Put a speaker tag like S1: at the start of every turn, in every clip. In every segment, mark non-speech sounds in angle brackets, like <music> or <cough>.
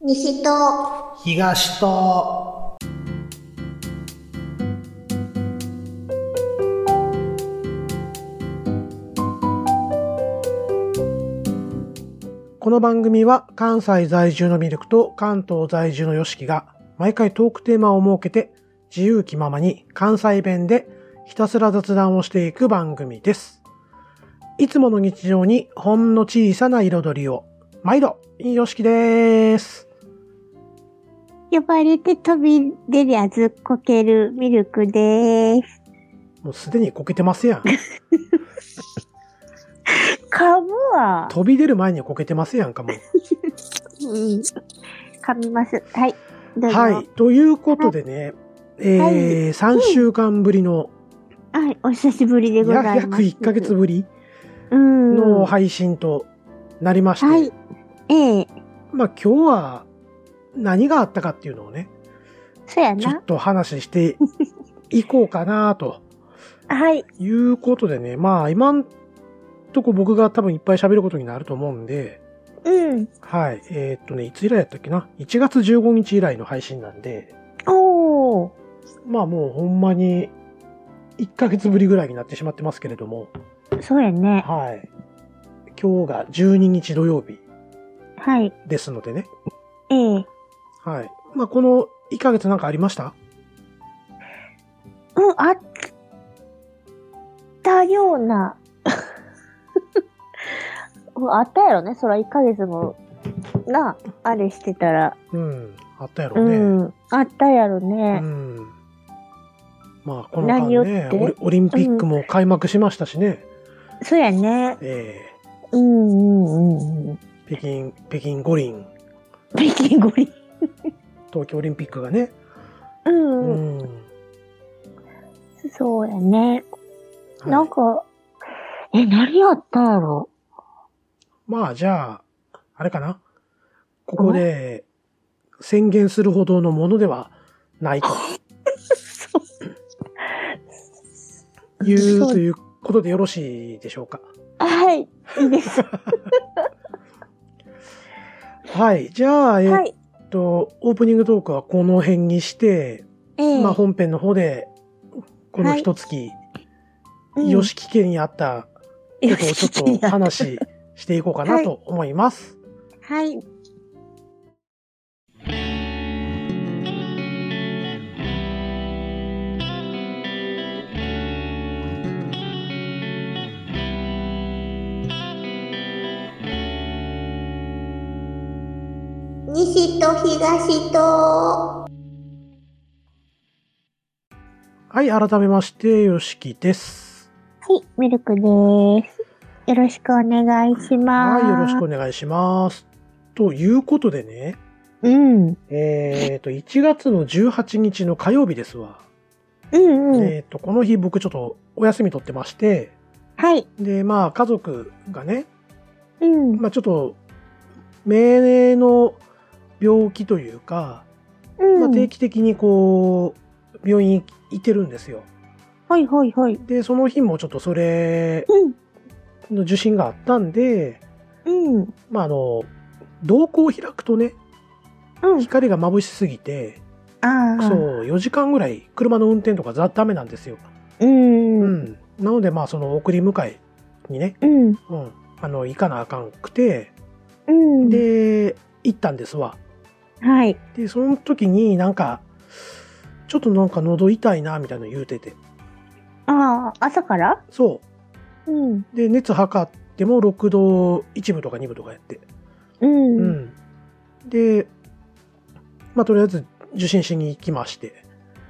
S1: 西と
S2: 東とこの番組は関西在住のミルクと関東在住のヨシキが毎回トークテーマを設けて自由気ままに関西弁でひたすら雑談をしていく番組です。いつもの日常にほんの小さな彩りを。毎度、ヨシキです。
S1: 呼ばれて飛び出りゃずっこけるミルクです。
S2: もうすでにこけてますやん。
S1: かぶは、
S2: 飛び出る前にはこけてますやんかもう。
S1: うん、噛みます。はい。どうぞ。
S2: はい。ということでね、えー、3週間ぶりの
S1: はい。お久しぶりでご
S2: や
S1: ざいま
S2: 約
S1: す。
S2: 1ヶ月ぶり
S1: うん。
S2: の配信となりまして、
S1: はい。ええ
S2: まあ今日は何があったかっていうのをね、
S1: そや
S2: ちょっ
S1: な。
S2: と話していこうかなと
S1: はい。
S2: いうことで
S1: <laughs>
S2: ね、まあ今んとこ僕が多分いっぱい喋ることになると思うんで、
S1: うん。
S2: はい。えーっとね、いつ以来やったっけな ?1 月15日以来の配信なんで、
S1: おー。
S2: まあもうほんまに1ヶ月ぶりぐらいになってしまってますけれども、
S1: そうやね。
S2: はい。今日が12日土曜日
S1: はい。
S2: ですのでね、
S1: ええ
S2: はい。まあこの1ヶ月なんかありました
S1: うん、あったよう <laughs> な。うんあったやろね。そら1ヶ月も、な、あれしてたら。
S2: うん。あったやろ
S1: う
S2: うね。
S1: ん。あったやろね。
S2: うんまあこの間
S1: 何を
S2: ね
S1: って
S2: オリオリンピックも開幕しましたしね、
S1: そうやね。
S2: え
S1: うんうんうんうん。
S2: ー北京北京五輪
S1: 北京五輪。
S2: 東京オリンピックがね、
S1: う、
S2: うんん
S1: そうやね。
S2: はい
S1: なんか、え、何やったやろ
S2: まあじゃああれかなここで宣言するほどのものではない
S1: <laughs>
S2: とい
S1: そうう
S2: ということでよろしいでしょうか
S1: はい。いいです。
S2: はいじゃあえ
S1: は
S2: っ
S1: い。
S2: と、オープニングトークはこの辺にして、
S1: ええ
S2: まあ本編の方でこの一月、よしき家にあった
S1: うん
S2: ことをちょっと話していこうかなと思います。
S1: はい。西と東と。
S2: はい、改めまして、よしきです。
S1: はい、ミルクです。よろしくお願いしま
S2: は
S1: す。
S2: い、よろしくお願いします。ということでね、
S1: うん。
S2: えっ、と、1月の18日の火曜日ですわ。
S1: うんうん。
S2: えっ、と、この日僕ちょっとお休み取ってまして、
S1: はい。
S2: で、まあ家族がね、
S1: うん。
S2: まあちょっと、命の病気というか、
S1: うん。
S2: まあ、定期的にこう、病院行ってるんですよ。
S1: はいはいはい。
S2: で、その日もちょっとそれ
S1: うん。
S2: の受診があったんで、
S1: うん。
S2: まあ、あの、瞳孔を開くとね、
S1: うん。
S2: 光が眩しすぎて、
S1: ああ。
S2: そ。う、4時間ぐらい車の運転とかざダメなんですよ。う
S1: う。
S2: んん。なので、まあ、その送り迎えにね、
S1: うん。
S2: うん、あの、行かなあかんくて、
S1: うん。、
S2: で、行ったんですわ。
S1: はい。
S2: で、その時になんか、ちょっとなんか喉痛いな、みたいなの言うてて。
S1: ああ、朝から
S2: そ
S1: うん。
S2: う。で、熱測っても6度1分とか2分とかやって。
S1: うん。
S2: う
S1: うん。
S2: ん、で、まあ、とりあえず受診しに行きまして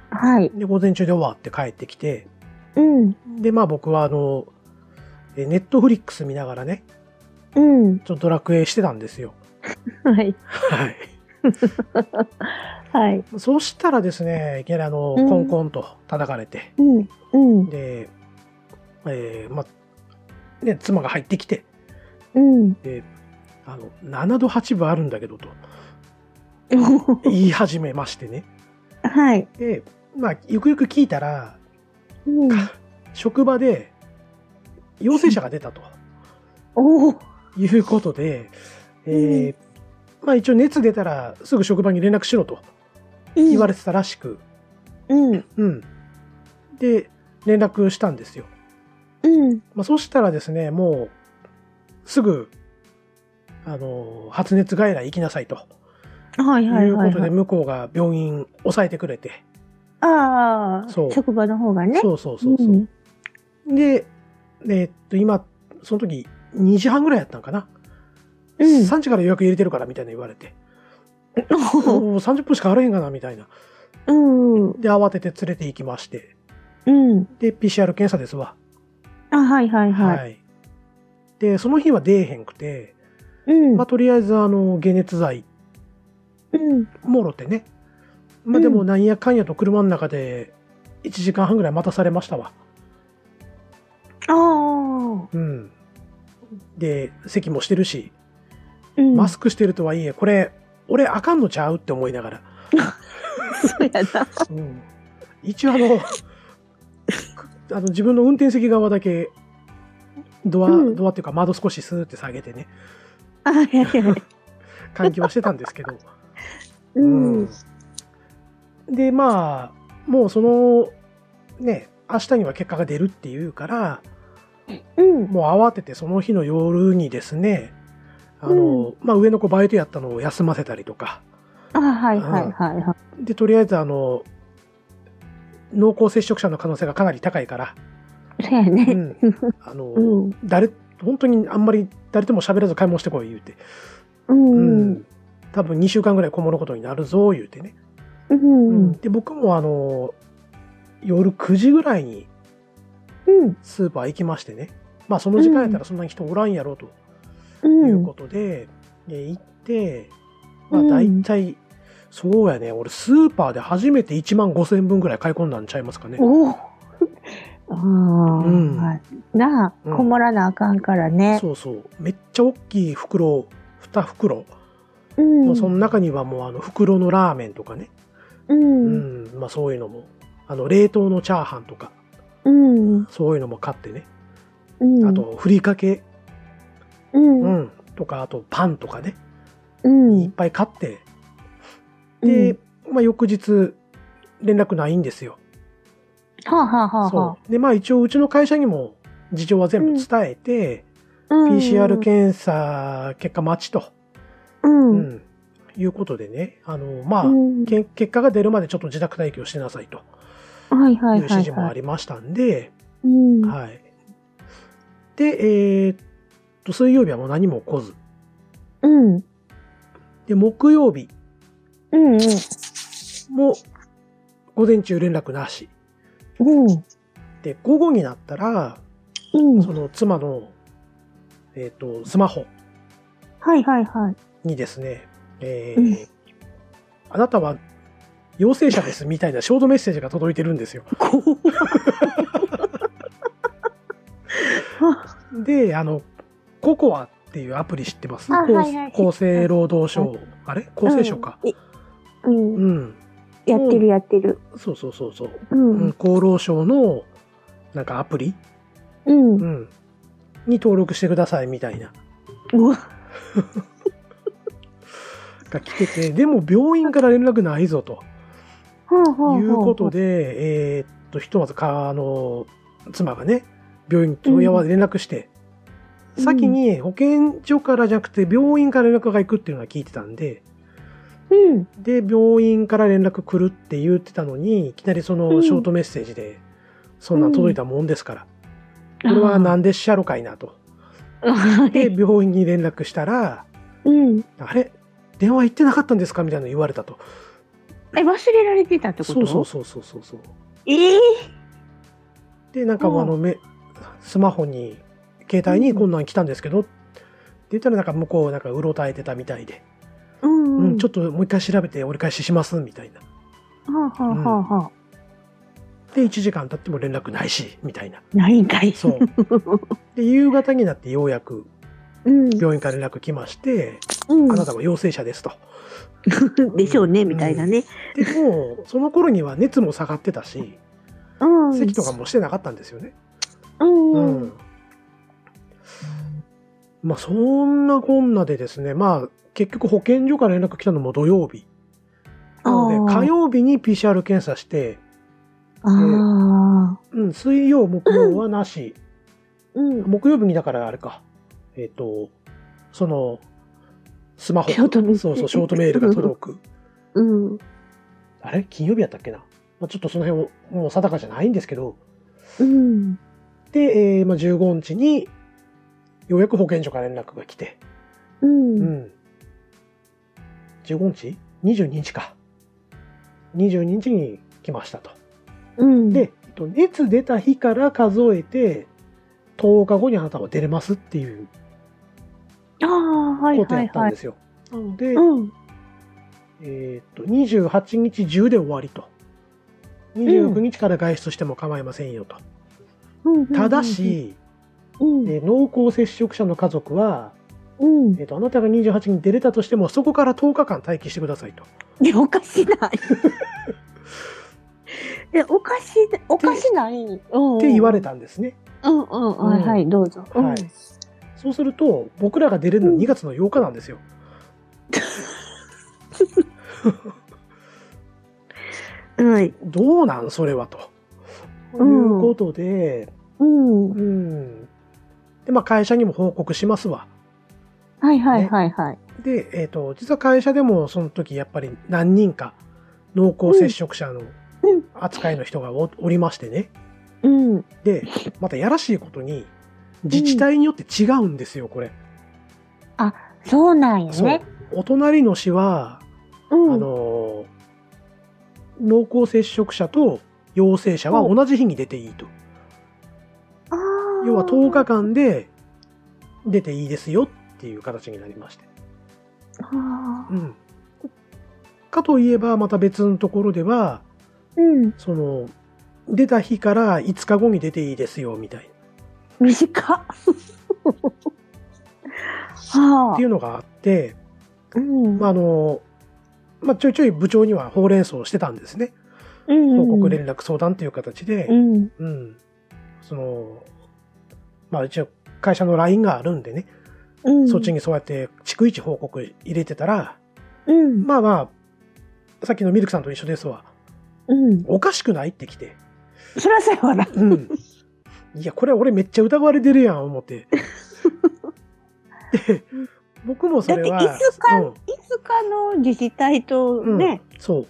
S1: はい。
S2: で午前中で終わって帰ってきて
S1: うん。
S2: でまあ僕はあのえネットフリックス見ながらね
S1: うん。
S2: ちょっとドラクエしてたんですよ
S1: はい。
S2: はい
S1: はい。
S2: そしたらですねいきなりあの、
S1: うん
S2: コンコンと叩かれて
S1: うん。うん。
S2: でえーまあね妻が入ってきて
S1: うん。 <laughs>
S2: あの7度8分あるんだけどと言い始めましてね
S1: はい。
S2: でまあゆくゆく聞いたら
S1: うん。 <laughs>
S2: 職場で陽性者が出たと
S1: おお。
S2: いうことで、えーまあ一応熱出たらすぐ職場に連絡しろと
S1: うん
S2: 言われてたらしく、
S1: うん。
S2: うん。で、連絡したんですよ。
S1: うん。
S2: まあ、そしたらですね、もう、すぐ、あの、発熱外来行きなさいと
S1: はい
S2: い
S1: はいうは
S2: こ
S1: い、
S2: と
S1: は
S2: で、
S1: い。
S2: 向こうが病院押さえてくれて、
S1: ああ、
S2: そう
S1: 職場の方がね。
S2: そうそうそうそう。
S1: うん
S2: で、えっと、今、その時、2時半ぐらいやったんかな。
S1: <laughs> うん
S2: 3時から予約入れてるから、みたいな言われて。
S1: う
S2: おー30分しかあらへんかな、みたいな。
S1: ん。
S2: で、慌てて連れて行きまして。
S1: うん。
S2: で、PCR 検査ですわ。
S1: あ、はいはいはい。
S2: はい。で、その日は出えへんくて、
S1: うん。
S2: まあ、とりあえず、あの、解熱剤
S1: うん。
S2: もろてね。まあ、
S1: うん
S2: でも、なんやかんやと車の中で、1時間半ぐらい待たされましたわ。
S1: ああ。
S2: うん。で、席もしてるし、
S1: うん。
S2: マスクしてるとはいえ、これ、俺あかんのちゃうって思いながら。
S1: ク。そうやな。
S2: うん一応あの、あの自分の運転席側だけ、ドア、
S1: うん
S2: ドアっていうか窓少しスーって下げてね、
S1: <laughs> あはいはいはい。
S2: 換気はしてたんですけど。
S1: <laughs> うん。
S2: うんで、まあ、もうその、ね、明日には結果が出るっていうから、
S1: うん。
S2: もう慌ててその日の夜にですね、あの、まあ上の子バイトやったのを休ませたりとか、
S1: あはいはいはいはい。
S2: で、とりあえずあの、濃厚接触者の可能性がかなり高いから、
S1: そうや
S2: う
S1: ね。 <laughs>
S2: ん、あの、
S1: うん。
S2: 誰、本当にあんまり誰とも喋らず買い物してこい言うて、
S1: うん。
S2: 多分2週間ぐらいこもることになるぞ言うてね。
S1: うん。
S2: で、僕もあの、夜9時ぐらいに
S1: うん。
S2: スーパー行きましてね。まあその時間やったらそんなに人おらんやろうと
S1: う。
S2: いうんことで、で行って、まあ
S1: うん
S2: 大体、そうやね、俺スーパーで初めて1万5千分ぐらい買い込んだんちゃいますかね。
S1: おお。ああ。なあ、
S2: うん
S1: こもらなあかんからね。
S2: そうそう。めっちゃ大きい袋、2袋。
S1: うん。
S2: も
S1: う
S2: うその
S1: ん。
S2: 中にはもうあの袋のラーメンとかね。
S1: うん。
S2: うん、まあそういうのも、あの、冷凍のチャーハンとか、
S1: うん。
S2: そういうのも買ってね。
S1: うん。
S2: あ。と、ふりかけ、
S1: う。
S2: うんん、とか、あと、パンとかね、
S1: う
S2: いっ
S1: ん。
S2: ぱい買って、で、まあ翌日、連絡ないんですよ。
S1: はあはあはあは
S2: そう。で、まあ一応、うちの会社にも事情は全部伝えて、
S1: あ。うん
S2: PCR 検査結果待ちと、
S1: う。
S2: うんん、いうことでね、あの、まあ、
S1: うん
S2: け結果が出るまでちょっと自宅待機をしなさいと
S1: はいはいいうは
S2: 指
S1: い
S2: 示も
S1: は
S2: あ
S1: い。
S2: りましたんで、
S1: うん。
S2: はい。で、えーっと、水曜日はもう何も起こず。
S1: うん。
S2: で、木曜日
S1: うん。
S2: も午前中連絡なし。
S1: うん。
S2: で、午後になったら、
S1: うん。
S2: その妻の、えーっと、スマホ
S1: はいはいはい。
S2: にですね、え
S1: う
S2: ー、あなたは陽性者ですみたいなショートメッセージが届いてるん
S1: <laughs>
S2: ですよ。 <laughs> で、あの、ココアっていうアプリ知ってます
S1: あ
S2: 厚
S1: はいはい
S2: 厚生労働省、あれ厚生省か、
S1: うん。
S2: うん。
S1: やってるやってる。
S2: そうそうそうそう。
S1: う
S2: うん
S1: ん。
S2: 厚労省のなんかアプリ、
S1: うん。
S2: うん、に登録してくださいみたいな
S1: うわ。
S2: が来ててでも病院から連絡ないぞと
S1: はあはあ。
S2: いうこと。で、えーっとひとまずかあの妻がね病院に問い合わせ連絡して、
S1: うん
S2: 先に保健所からじゃなくて病院から連絡が行くっていうのは聞いてたんで
S1: うん。
S2: で病院から連絡来るって言ってたのにいきなりそのショートメッセージで、そんなん届いたもんですから、これは何でっしゃろかいなと。で、病院に連絡したら、
S1: うん。
S2: あれ電話行ってなかったんですかみたいなの言われたと。
S1: え、忘れられてたってこと
S2: そうそうそうそうそうそう。
S1: ええ
S2: で、なんか
S1: うん
S2: あの、めスマホに、携帯にこんなん来たんですけど、って言ったらなんか向こうなんかうろたえてたみたいで、
S1: うん
S2: うん、ちょ
S1: っ
S2: っともう一回調べて折り返しします、みたいな。
S1: と。はあはあはあはあ。
S2: で、1時間経っても連絡ないし、みたいな。
S1: ないんかい。 <laughs>
S2: そう。で、夕方になってようやく
S1: うん。
S2: 病院から連絡来まして、
S1: うん
S2: あなたは陽性者ですと。
S1: <laughs> でしょうね、みたいなね。
S2: で、もう、その頃には熱も下がってたし、
S1: うん。
S2: 咳とかもしてなかったんですよね。
S1: うん。
S2: うんまあそんなこんなでですね、まあ結局保健所から連絡来たのも土曜日。なので、火曜日に PCR 検査して、
S1: あーあ
S2: うん、水曜、木曜はなし。
S1: ー。うん。
S2: 木曜日にだからあれか、えっ、と、その、スマホ、
S1: ショートメール
S2: そうそう、ショートメールが届く。
S1: <laughs> うん。
S2: あれ金曜日やったっけな、まあ、ちょっとその辺を、もう定かじゃないんですけど、
S1: うん。
S2: で、えーまあ、15日に、ようやく保健所から連絡が来て、
S1: う。
S2: うんん。15日 ?22 日か。22日に来ましたと。
S1: うん。
S2: で、えっと熱出た日から数えて、10日後にあなたは出れますっていう
S1: ああ、はい
S2: こと
S1: は
S2: や
S1: い
S2: った
S1: は
S2: ん
S1: い
S2: で。すよ。なので、
S1: うん。
S2: えーっと、28日中で終わりと。29日から外出しても構いませんよと。
S1: うん
S2: ただ、し、
S1: うん。
S2: えー濃厚接触者の家族は、
S1: うん
S2: え。ーっと、あなたが28に出れたとしても、そこから10日間待機してくださいと。
S1: いや、おかしない。 <laughs> え、おかしい、おかしない。っ
S2: って言われ。たんですね。
S1: うんうん、はい、はい、どうぞ。うん
S2: はいそうすると、僕らが出れるの2月の8日なんですよ。
S1: はい。
S2: どうなんそれはと。と
S1: うん
S2: いうことで、
S1: うん。は
S2: うん。で、まあ、会社にも報告しますわ。
S1: いはいはいはい。
S2: で、えっ、と、実は会社でもその時やっぱり何人か濃厚接触者の
S1: うん
S2: 扱いの人がお,、りましてね。
S1: うん。
S2: で、またやらしいことに、自治体によって違うんですよ、これ。
S1: そうなんよ
S2: そう
S1: ね。。
S2: お隣の市は、
S1: うん。
S2: あのー、濃厚接触者と陽性者は同じ日に出ていいと。
S1: あー
S2: 要は10日。間で出ていいですよっていう形になりまして。
S1: あ
S2: うん。かといえば、また別のところでは、
S1: ーうん。
S2: その、出た日から5日後に出ていいですよ、みたい <laughs>
S1: 短っ。
S2: な。っ
S1: は
S2: てい
S1: あ。
S2: うのがあって、
S1: うん。
S2: まあ、あの、まあ、ちょいちょい部長にはほうれん草をしてたんですね。
S1: うん
S2: 報告連絡相談という形で
S1: う、ん。
S2: うん。その、まあ、一応、会社の LINE があるんでね、
S1: うん。
S2: そっち。にそうやって、逐一報告入れてたら、
S1: うん。
S2: まあまあ、さっきのミルクさんと一緒ですわ。
S1: うん。
S2: おかしくないってきて。
S1: そらそうやわな。 <laughs>
S2: うん。いや、これ俺めっちゃ疑われてるやん、思って。で、僕もそれは。
S1: だっていつか
S2: うん
S1: いつかの自治体と
S2: うん
S1: ね、
S2: そう。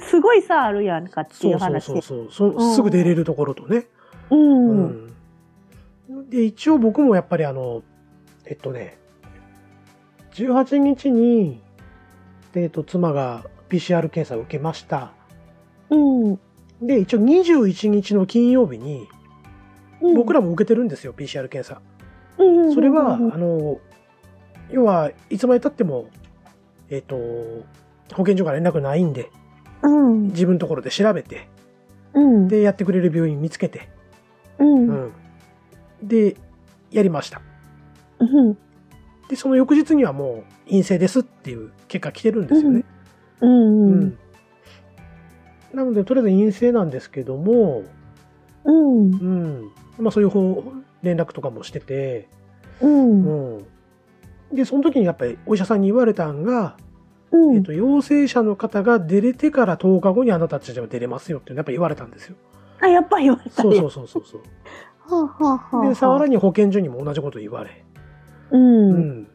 S1: すごい差あるやんかって
S2: そ
S1: いうう
S2: そう
S1: 話。
S2: そうそうそ、すぐ出れるところとね。
S1: う。
S2: うん
S1: うん。
S2: で、一応僕もやっぱりあの、えっとね、18日に、えっと、妻が PCR 検査を受けました。
S1: うん。
S2: で、一応21日の金曜日に、僕らも受けてるんですよ、PCR 検査。
S1: うん、うんうんうん
S2: それは、あの、要は、いつまで経っても、えっ、と、保健所から連絡ないんで、
S1: うん。
S2: 自分のところで調べて、
S1: うん。
S2: で、やってくれる病院見つけて、
S1: うん、
S2: う
S1: うん。
S2: ん。で、やりました。
S1: うん。
S2: で、その翌日にはもう陰性ですっていう結果来てるんですよね。
S1: うん。うん。
S2: なので、とりあえず陰性なんですけども、
S1: う
S2: う
S1: ん。
S2: ん。まあ、そういう方、連絡とかもしてて、
S1: うん。
S2: うん。で、その時にやっぱりお医者さんに言われたんが、
S1: うん。
S2: えっと、陽性者の方が出れてから10日後にあなたたちは出れますよっていうのやっぱ言われたんですよ。
S1: あ、やっぱり言われた
S2: そう
S1: ね。
S2: そうそうそうそう。
S1: はあ、はあはあ、
S2: で、さらに保健所にも同じこと言われ。
S1: うん。
S2: う
S1: うん。
S2: ん。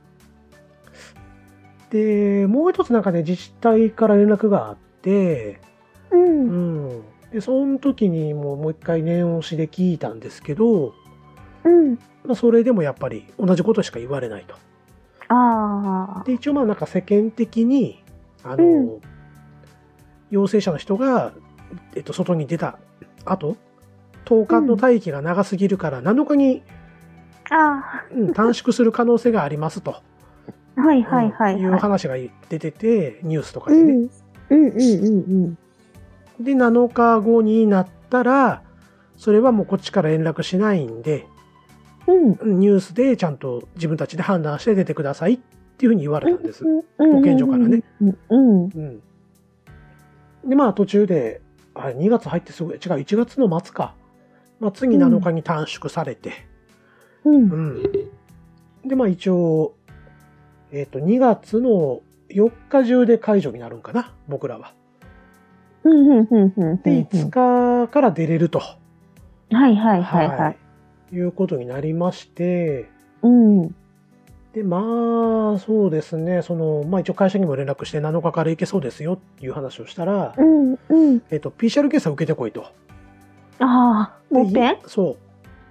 S2: で、もう一つなんかね、自治体から連絡があって、
S1: うん。
S2: う
S1: うん。
S2: ん。で、その時にもうもう一回念押しで聞いたんですけど、まあ、それでもやっぱり同じことしか言われないと。
S1: ああ。
S2: で、一応まあなんか世間的に、あの、
S1: う
S2: 陽性者の人が、えっと、外に出た後、10日の待機が長すぎるから7日に、
S1: あ
S2: うん短縮する可能性がありますと、
S1: あ。はいはいはい、
S2: いう
S1: は
S2: 話が出てて、ニュースとか
S1: い。う
S2: でね。
S1: ん。うんうんうんうん。
S2: で、7日後になったら、それはもうこっちから連絡しないんで、
S1: うん。
S2: うんニュースでちゃんと自分たちで判断して出てくださいっていうふうに言われたんです。
S1: うん。
S2: 保健所からね。
S1: うん。うん。
S2: うん。で、まあ途中で、あれ、2月入ってすぐ、違う、1月の末か。末に7日に短縮されて、
S1: うん。
S2: うん。で、まあ一応、ええっ、と、2月の4日中で解除になるんかな、僕らは。
S1: うんうんうんうんうん。
S2: で、5日から出れると。
S1: はいはいはいはい。
S2: い。いうことになりまして、
S1: うん。
S2: で、まあ、そうですね、その、まあ一応会社にも連絡して7日から行けそうですよっていう話をしたら
S1: う、んうん。
S2: えっ、と、PCR 検査受けてこいと。
S1: ああ、
S2: で
S1: もっぺん
S2: そ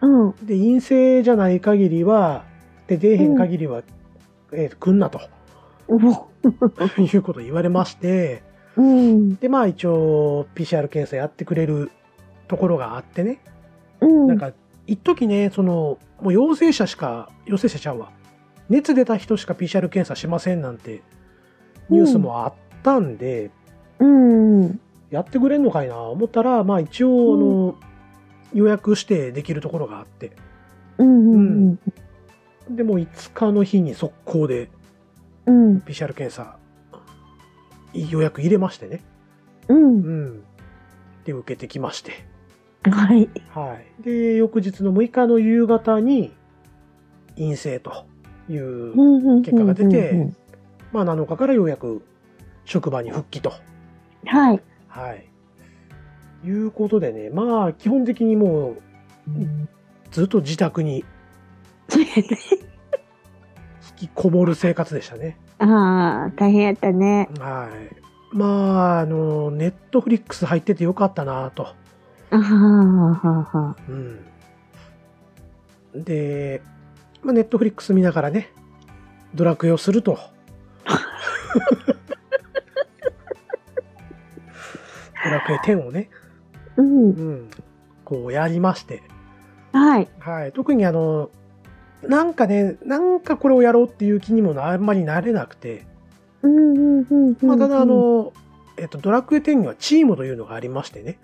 S2: う。
S1: うん。
S2: で陰性じゃない限りはで出えへん限りは、えー来んな
S1: <laughs>
S2: と
S1: うお
S2: いうことを言われまして
S1: うん。
S2: でまあ一応 PCR 検査やってくれるところがあってね、
S1: うん。
S2: なんか一時ねそのもう陽性者しか陽性者ちゃうわ熱出た人しか PCR 検査しませんなんてニュースもあったんで、
S1: うん。
S2: やってくれんのかいな思ったらまあ一応あの、予約してできるところがあって
S1: うんうん
S2: でもう5日の日に速攻で
S1: うん
S2: PCR 検査予約入れましてね、
S1: う
S2: うんん、で受けてきまして、
S1: うんはい
S2: はい、で翌日の6日の夕方に陰性という、結
S1: 結
S2: 果が出てまあ、7日からようやく職場に復帰と、
S1: はい
S2: はい、いうことでねまあ基本的にもうずっと自宅に引きこもる生活でしたね。
S1: ああ大変やったね
S2: はいまあ、あの、ネットフリックス入っててよかったなと。
S1: あははは
S2: うん、で、まあ、ネットフリックス見ながらね、ドラクエをすると。ドラクエ10をね、
S1: うん
S2: うん、こうやりまして、
S1: はい
S2: はい、特にあの、なんかね、なんかこれをやろうっていう気にもなあんまりなれなくて、
S1: うんうんうんうん
S2: まあ、ただあの、えっと、ドラクエ10にはチームというのがありましてね、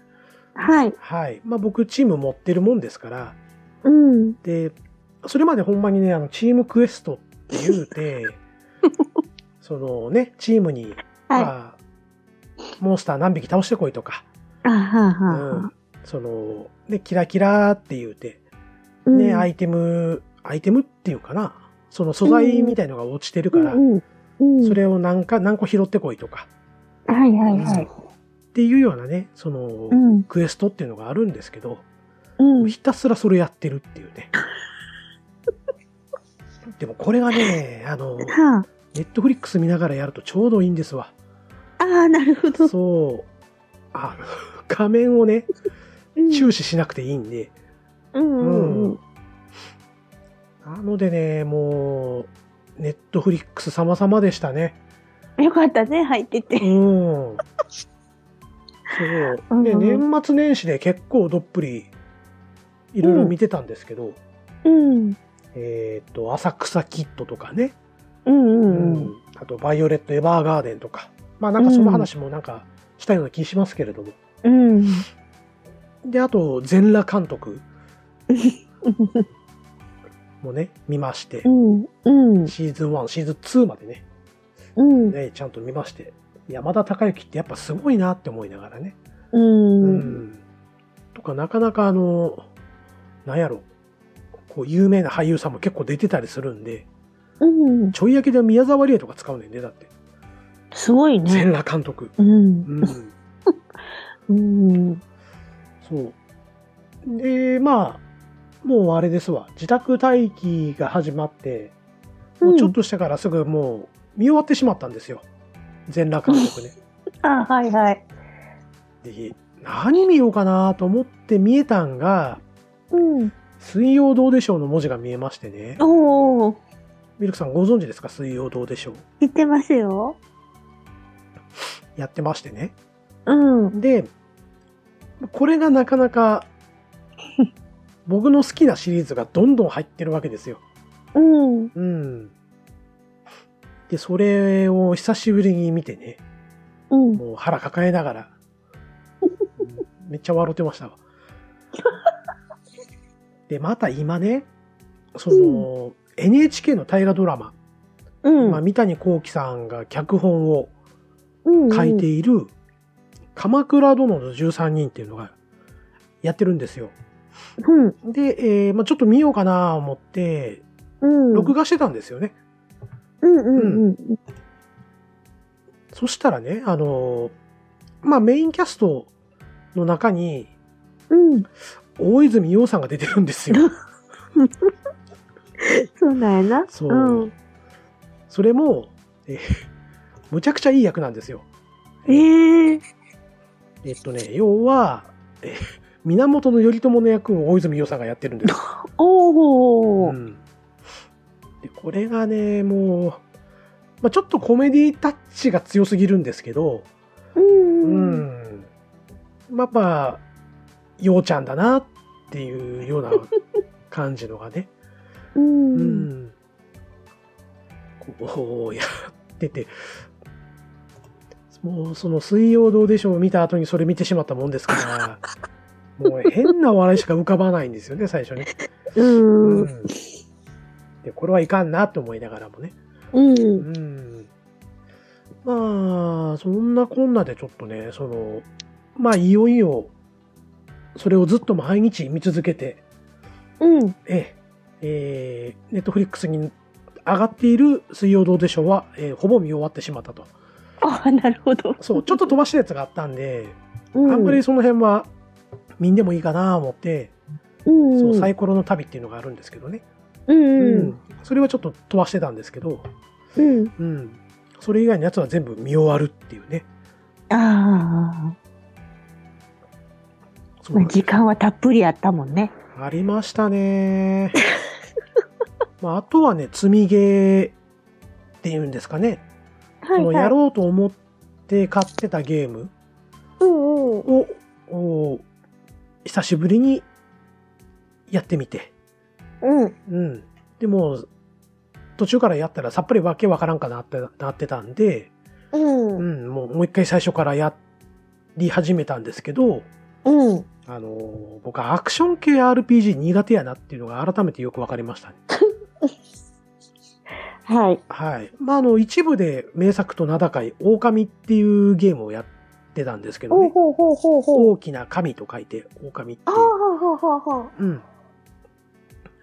S1: はい
S2: はい、まあ僕チーム持ってるもんですから、
S1: うん
S2: で、それまでほんまにね、あの、チームクエストって言う
S1: <laughs>
S2: て、そのね、チームに、
S1: はい
S2: まあモンスター何匹倒してこいとか、
S1: あははは
S2: うん、その、ね、キラキラって言うて、
S1: うん
S2: ね、アイテム、アイテムっていうかな、その素材みたいのが落ちてるから、
S1: うんうん
S2: それを何か、何個拾ってこいとか、
S1: はいはいはい
S2: っていうようなね、その、
S1: うん
S2: クエストっていうのがあるんですけど、
S1: うん
S2: ひたすらそれやってるっていうね。 <laughs> でもこれがね、あの、
S1: は
S2: ネットフリックス見ながらやるとちょうどいいんですわ。
S1: あああなるほど
S2: そう。あの、画面をね、
S1: うん
S2: 注視しなくていいんで。
S1: うんうんうん
S2: なのでね、もう、ネットフリックス様々でしたね。
S1: よかったね入って
S2: う
S1: て
S2: ん。そう。で、
S1: うん
S2: 年末年始で結構どっぷり、いろいろ見てたんですけど、
S1: うん
S2: えっ、と、浅草キッドとかね、
S1: うんう
S2: うん
S1: うん
S2: んあと、バイオレット・エヴァーガーデンとか、まあなんかその話もなんかしたような気しますけれども。
S1: うん
S2: で、あと、全裸監
S1: <laughs>
S2: 督もね、見まして
S1: う、んうん
S2: シーズン1、シーズン2までね、
S1: うん
S2: ねちゃんと見まして、山田孝之ってやっぱすごいなって思いながらね。
S1: うん
S2: うんとか、なかなかあの、なんやろ、こう、有名な俳優さんも結構出てたりするんで、
S1: うん
S2: ちょい焼きで宮沢りえとか使うねんね、だって。
S1: すごいね
S2: 全裸監督。
S1: うん
S2: うん
S1: うん
S2: そう。で、まあ、もうあれですわ。自宅待機が始まって、もうちょっとしてからすぐもう見終わってしまったんですよ。全裸監督ね。
S1: あはいはい
S2: で、何見ようかなと思って見えたんが、
S1: うん
S2: 水曜どうでしょうの文字が見えましてね。
S1: おお
S2: ミルクさんご存知ですか水曜どうでしょう。
S1: 言ってますよ
S2: やってましてね。
S1: うん
S2: で、これがなかなか、僕の好きなシリーズがどんどん入ってるわけですよ。
S1: うん
S2: うん。で、それを久しぶりに見てね、
S1: うん
S2: もう腹抱えながら、めっちゃ笑ってま
S1: <laughs>
S2: したわ。で、また今ね、その、NHK の大河ドラマ、
S1: うん
S2: まあ、三谷幸喜さんが脚本を
S1: うん
S2: 書いている、鎌倉殿の13人っていうのがやってるんですよ。
S1: うん
S2: で、えーまあ、ちょっと見ようかなと思って、
S1: うん
S2: 録画してたんですよね。
S1: うんうんうん。
S2: そしたらね、あの、まあ、メインキャストの中に、
S1: うん。
S2: 大泉洋さんが出てるん
S1: <laughs>
S2: ですよ。
S1: そうなんやな。
S2: そう。
S1: うん。
S2: それも、えむちゃくちゃいい役なんですよ。
S1: ええ
S2: えっとね、要は、え源頼朝の役を大泉洋さんがやってるんです。
S1: <laughs> おお、
S2: うんでこれがね、もう、まあ、ちょっとコメディタッチが強すぎるんですけど、
S1: う。
S2: うんん。まあ、まあ、洋ちゃんだなっていうような感じのがね、
S1: う。
S2: うんん。こうやってて、もうその水曜どうでしょう見た後にそれ見てしまったもんですから、もう変な笑いしか浮かばないんですよね、最初ね。
S1: うん。うん。
S2: でこれはいかんなと思いながらもね。
S1: うん。
S2: うん。まあ、そんなこんなでちょっとね、その、まあ、いよいよ、それをずっと毎日見続けて、
S1: うん。
S2: ええ、ええ、ネットフリックスに上がっている水曜どうでしょうは、ええほぼ見終わってしまったと。
S1: ああ、なるほど。
S2: そう、ちょっと飛ばしたやつがあったんで、
S1: う
S2: あ
S1: ん。
S2: んまりその辺は見んでもいいかなと思って、
S1: うん。
S2: そう、サイコロの旅っていうのがあるんですけどね。
S1: うん。うん。
S2: それはちょっと飛ばしてたんですけど、
S1: うん。
S2: うん。それ以外のやつは全部見終わるっていうね。そうな
S1: ああ、まあ、
S2: んです
S1: 時間はたっぷりあったもんね。
S2: ありましたね。 <laughs> まあ、あとはね、積みゲーっていうんですかね。
S1: は
S2: そのやろうと思って買ってたゲーム
S1: うんうん。
S2: を、お久しぶりにやってみて。
S1: うん。
S2: うん。でも、途中からやったらさっぱりわけわからんかなってなってたんで、
S1: う。
S2: うんん、もうもう一回最初からやり始めたんですけど、
S1: うん。
S2: あのー僕はアクション系 RPG 苦手やなっていうのが改めてよくわかりましたね。
S1: はい。
S2: はい。まあ、あの、一部で名作と名高い狼っていうゲームをやってたんですけど
S1: ほう
S2: ね。
S1: ほうほうほうほう。
S2: 大きな神と書いて狼って
S1: ああ、
S2: いう。
S1: ほうほうほう。
S2: うん。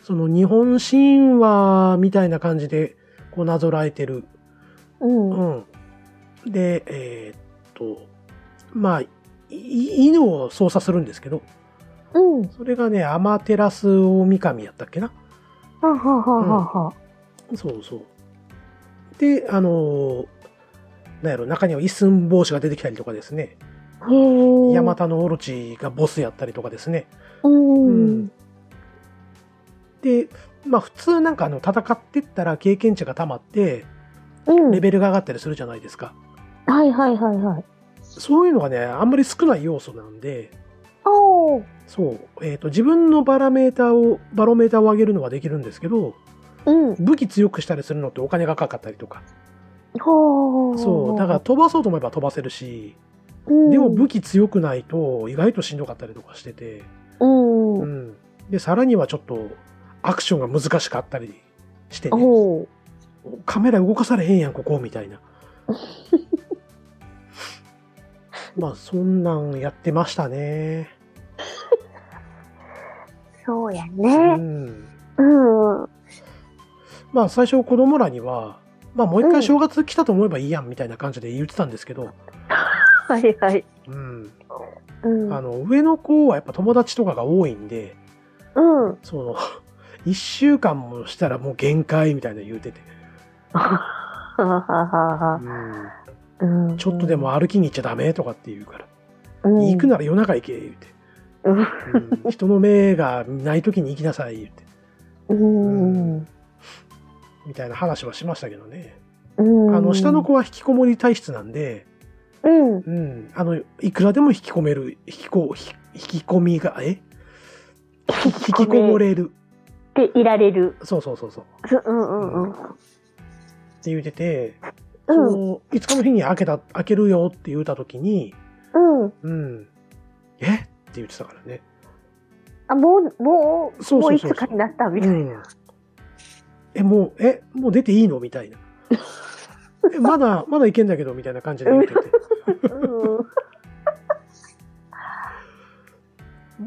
S2: その日本神話みたいな感じでこうなぞらえてる。
S1: うん。うん
S2: うん。で、えーっと、まあ、い犬を操作するんですけど、。それがね、アマテラス大神やったっけな
S1: ははははは。
S2: そうそう。で、あのーなんやろ、中には一寸法師が出てきたりとかですね、
S1: へえ。
S2: ヤマ。タノオロチがボスやったりとかですね。
S1: うん。
S2: で、まあ普通なんかあの戦ってったら経験値が溜まって、
S1: うん。
S2: レベルが上がったりするじゃないですか。
S1: はいはいはいはい。
S2: そういうのがね、あんまり少ない要素なんで、
S1: おお。
S2: そう、えっ、と、自分のバラメーターを、バロメーターを上げるのはできるんですけど、
S1: うん。
S2: 武器強くしたりするのってお金がかかったりとか。
S1: ほう。
S2: そう、だから、飛ばそうと思えば飛ばせるし、
S1: うん、
S2: でも武器強くないと意外としんどかったりとかしてて、
S1: うん。
S2: う
S1: うん。
S2: ん、でさらにはちょっとアクションが難しかったりして、ね、
S1: おう
S2: カメラ動かされへんやんここみた
S1: <laughs>
S2: いなまあそんなんやってましたね、
S1: そうや
S2: う
S1: ね。
S2: ん、
S1: うん。うん。
S2: まあ最初子供らには、まあ、もう一
S1: うん
S2: 回正月来たと思えばいいやんみたいな感じで言ってたんですけど、
S1: はいはい。
S2: うん、
S1: うん。
S2: あの上の子はやっぱ友達とかが多いんで
S1: うん。
S2: その1 <laughs> 週間もしたらもう限界みたいな言うてて。
S1: はははは。うん。
S2: ちょっとで。も歩きに行っちゃダメとかって言うから、
S1: うん、
S2: 行くなら夜中行け言って、
S1: うん。
S2: うん人の目がない時に行きなさい言って
S1: うん。
S2: みたいな話はしましたけどね、
S1: うん。
S2: あの下の。子は引きこもり体質なんで、
S1: うん。
S2: うん、あのいくらでも引き込める引きこ引引き込みがえ引きこもれる
S1: で、いられる。
S2: そうそうそうそうっ
S1: うんうんうん。
S2: て言ってて、そ
S1: うん。
S2: の5日の日に開けた開けるよって言った時に、
S1: うん。
S2: うん、えって言ってたからね
S1: あ、もう、もう、
S2: そうそうそうそう
S1: もういつかになったみたいな。
S2: うんえ、もう、え、もう出ていいのみたい
S1: <laughs>
S2: な。えまだ、まだいけんだけど、みたいな感じで言ってて。
S1: うん。
S2: も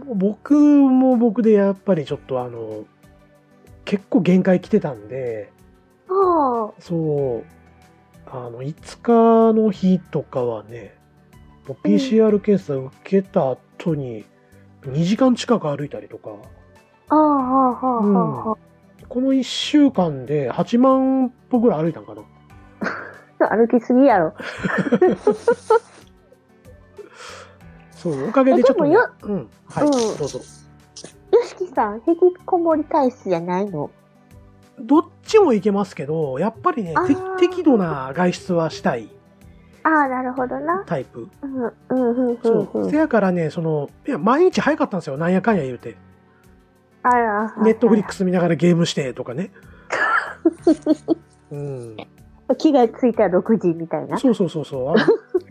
S2: う僕も僕でやっぱりちょっとあの、結構限界来てたんで、
S1: そう。
S2: そう。あの、5日の日とかはね、もう PCR 検査受けた後に、2時間近く歩いたりとか、
S1: ああ、はあ、はあ、は
S2: この1週間で8万歩ぐらい歩いたんかな。
S1: あ、はあ。歩きすぎやろ。
S2: そう、おかげでちょっと、ね
S1: えでもよ、
S2: うん、はい、
S1: うん
S2: どうぞ。
S1: よしきさん、引きこもり体質じゃないの
S2: どっちもいけますけど、やっぱりね
S1: あ、ー
S2: て適度な外出はしたい
S1: ああ、なるほどな。
S2: タイプ。
S1: うん、うん、うん、う
S2: そ
S1: ん
S2: う。。
S1: うん
S2: せやからね、その、いや、毎日早かったんですよ、なんやかんや言うて。
S1: あら、
S2: ネットフリッ
S1: ク
S2: クス見ながらゲームしてとか
S1: <laughs>
S2: ね。うん、
S1: ス。気がついたら6時みたいな。
S2: そうそうそうそう。あ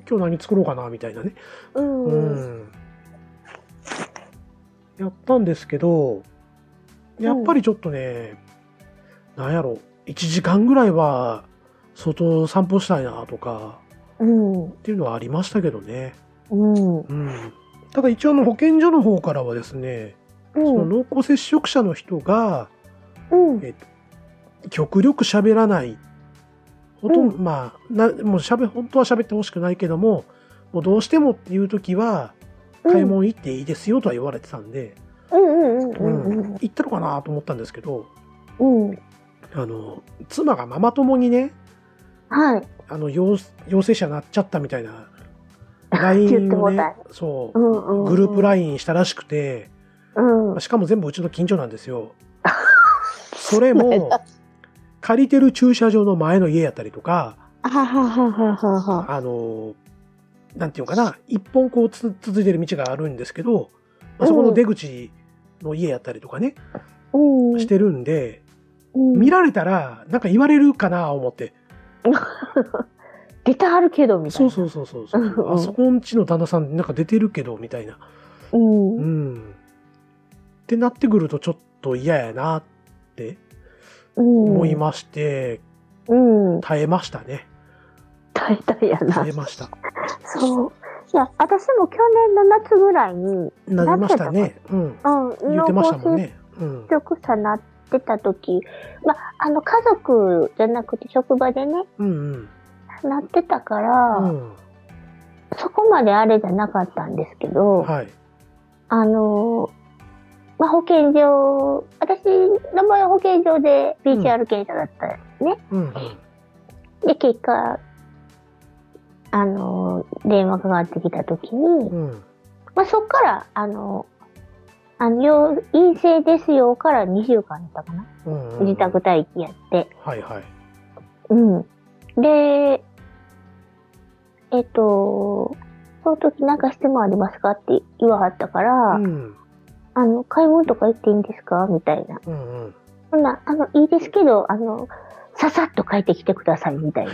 S2: 今日何作ろうかなみたいなね。
S1: う。
S2: うんん。やったんですけど、やっぱりちょっとね、なんやろ、1時間ぐらいは外散歩したいなとか
S1: うん。
S2: っていうのはありましたけどね。
S1: う
S2: う
S1: ん。
S2: ん。ただ一応あの保健所の方からはですね、
S1: う
S2: その
S1: ん。
S2: 濃厚接触者の人が、
S1: うん。
S2: えっと、極力喋らない。ほとんど、
S1: う
S2: まあ、なもう喋、本当は喋ってほしくないけども、もうどうしてもっていう時は、買い物行っていいですよとは言われてたんで、
S1: うんうんうんう
S2: うんん行ったのかなと思ったんですけど、
S1: うん。うん。
S2: あの、妻がママ友にね、
S1: はい。
S2: あの、陽陽性者なっちゃったみたいな、
S1: <laughs> 言
S2: LINE
S1: っても
S2: を
S1: う
S2: ね
S1: た、
S2: そうう、
S1: んうんうん。
S2: グループ LINE したらしくて、
S1: うん。
S2: しかも全部うちの近所なんです <laughs> よ。それも、借りてる駐車場の前の家やったりとか、
S1: あはははははは。
S2: あの、なんていうかな、一本こうつ続いてる道があるんですけど、まあそこの出口の家やったりとかね、
S1: うん。
S2: してるんで、
S1: うん
S2: 見られたら、なんか言われるかな、思って。
S1: 出たあるけど、みたい
S2: そう
S1: な。
S2: そうそうそうそうう。
S1: ん
S2: あそこんちの旦那さん、なんか出てるけど、みたいな。
S1: う。う。
S2: うんん。ってなってくると、ちょっと嫌やなって思
S1: 思
S2: いまして、
S1: す。うん。
S2: 耐えましたね。
S1: 大体やな
S2: 耐え。ました。
S1: そう。いや、私も去年の夏ぐらいに、うん、
S2: なりましたね。うん。言ってましたもんね。うん
S1: 濃厚接。触者なってた時、まあ、あの、家族じゃなくて職場でね、
S2: うんうん。
S1: なってたから、
S2: うん。
S1: そこまであれじゃなかったんですけど、
S2: はい。
S1: あの、まあ、保健所、私の場合は保健所で PCR 検査だったよね。
S2: うんうん。
S1: で、結果、あの、電話かかってきた時に、
S2: うん。
S1: まあ、そっから、あの、あの、陽陰性ですよから2週間だったかな。
S2: うんうん
S1: 自宅。待機やって。
S2: はいはい。
S1: うん。で、えっと、その時なんか質問ありますかって言わはったから、
S2: うん。
S1: あの、買い物とか行っていいんですかみたいな。
S2: うんうん。
S1: そんな、あの、いいですけど、あの、ささっと帰ってきてください、みたいな。